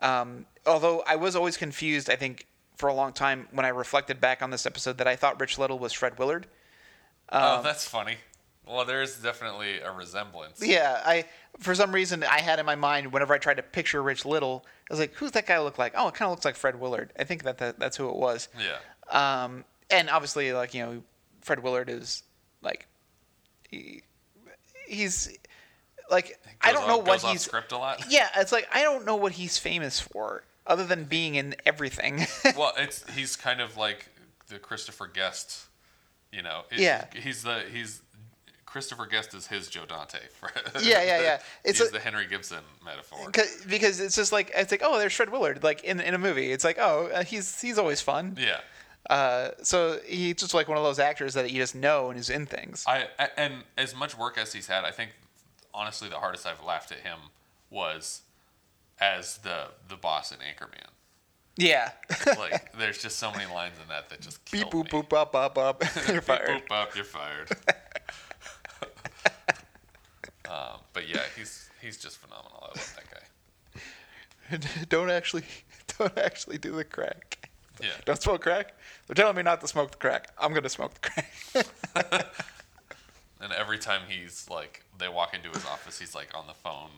B: Um, although I was always confused, I think for a long time when I reflected back on this episode that I thought Rich Little was Fred Willard. um,
A: oh, that's funny. Well, there is definitely a resemblance.
B: Yeah, I, for some reason I had in my mind whenever I tried to picture Rich Little, I was like, who's that guy look like? Oh, it kind of looks like Fred Willard. I think that, that that's who it was.
A: Yeah.
B: Um, and obviously, like you know, Fred Willard is like he, he's like I
A: Goes
B: don't
A: off-
B: know what
A: goes off
B: he's
A: script a lot.
B: yeah. It's like I don't know what he's famous for other than being in everything.
A: well, it's he's kind of like the Christopher Guest, you know. It-
B: Yeah.
A: He's the he's Christopher Guest is his Joe Dante.
B: Yeah, yeah, yeah. It's
A: It's he's
B: a-
A: the Henry Gibson metaphor.
B: 'Cause- because it's just like it's like oh there's Fred Willard like in, in a movie it's like oh uh, he's he's always fun
A: Yeah.
B: uh, so he's just like one of those actors that you just know and is in things
A: I a- and as much work as he's had, I think honestly the hardest I've laughed at him was as the the boss in Anchorman.
B: yeah
A: Like there's just so many lines in that that just
B: beep
A: killed
B: boop
A: me.
B: boop bop bop bop you're
A: Beep,
B: fired
A: boop, bop, you're fired. um, but yeah, he's he's just phenomenal. I love that guy.
B: don't actually don't actually do the crack.
A: Yeah.
B: Don't smoke crack. They're telling me not to smoke the crack. I'm gonna smoke the crack.
A: And every time he's like, they walk into his office, he's like on the phone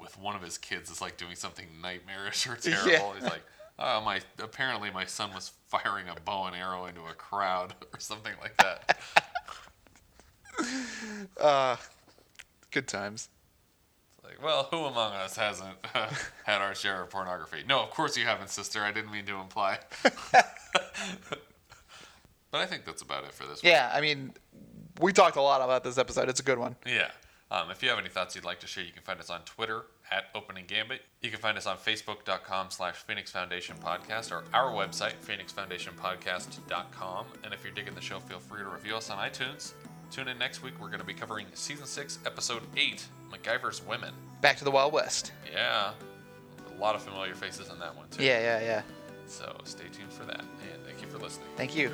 A: with one of his kids. Is like doing something nightmarish or terrible.
B: Yeah.
A: He's like, oh my! Apparently, my son was firing a bow and arrow into a crowd or something like that.
B: Good times.
A: It's like, well, who among us hasn't had our share of pornography? No, of course you haven't, sister. I didn't mean to imply. but I think that's about it for this. one.
B: Yeah, I mean, we talked a lot about this episode. It's a good one.
A: Yeah. Um, if you have any thoughts you'd like to share, you can find us on Twitter at Opening Gambit. You can find us on Facebook.com slash Phoenix Foundation Podcast or our website, PhoenixFoundationPodcast.com. And if you're digging the show, feel free to review us on iTunes. Tune in next week. We're going to be covering Season 6, Episode 8, MacGyver's Women.
B: Back to the Wild West.
A: Yeah. A lot of familiar faces in that one, too.
B: Yeah, yeah, yeah.
A: So stay tuned for that. And thank you for listening.
B: Thank you.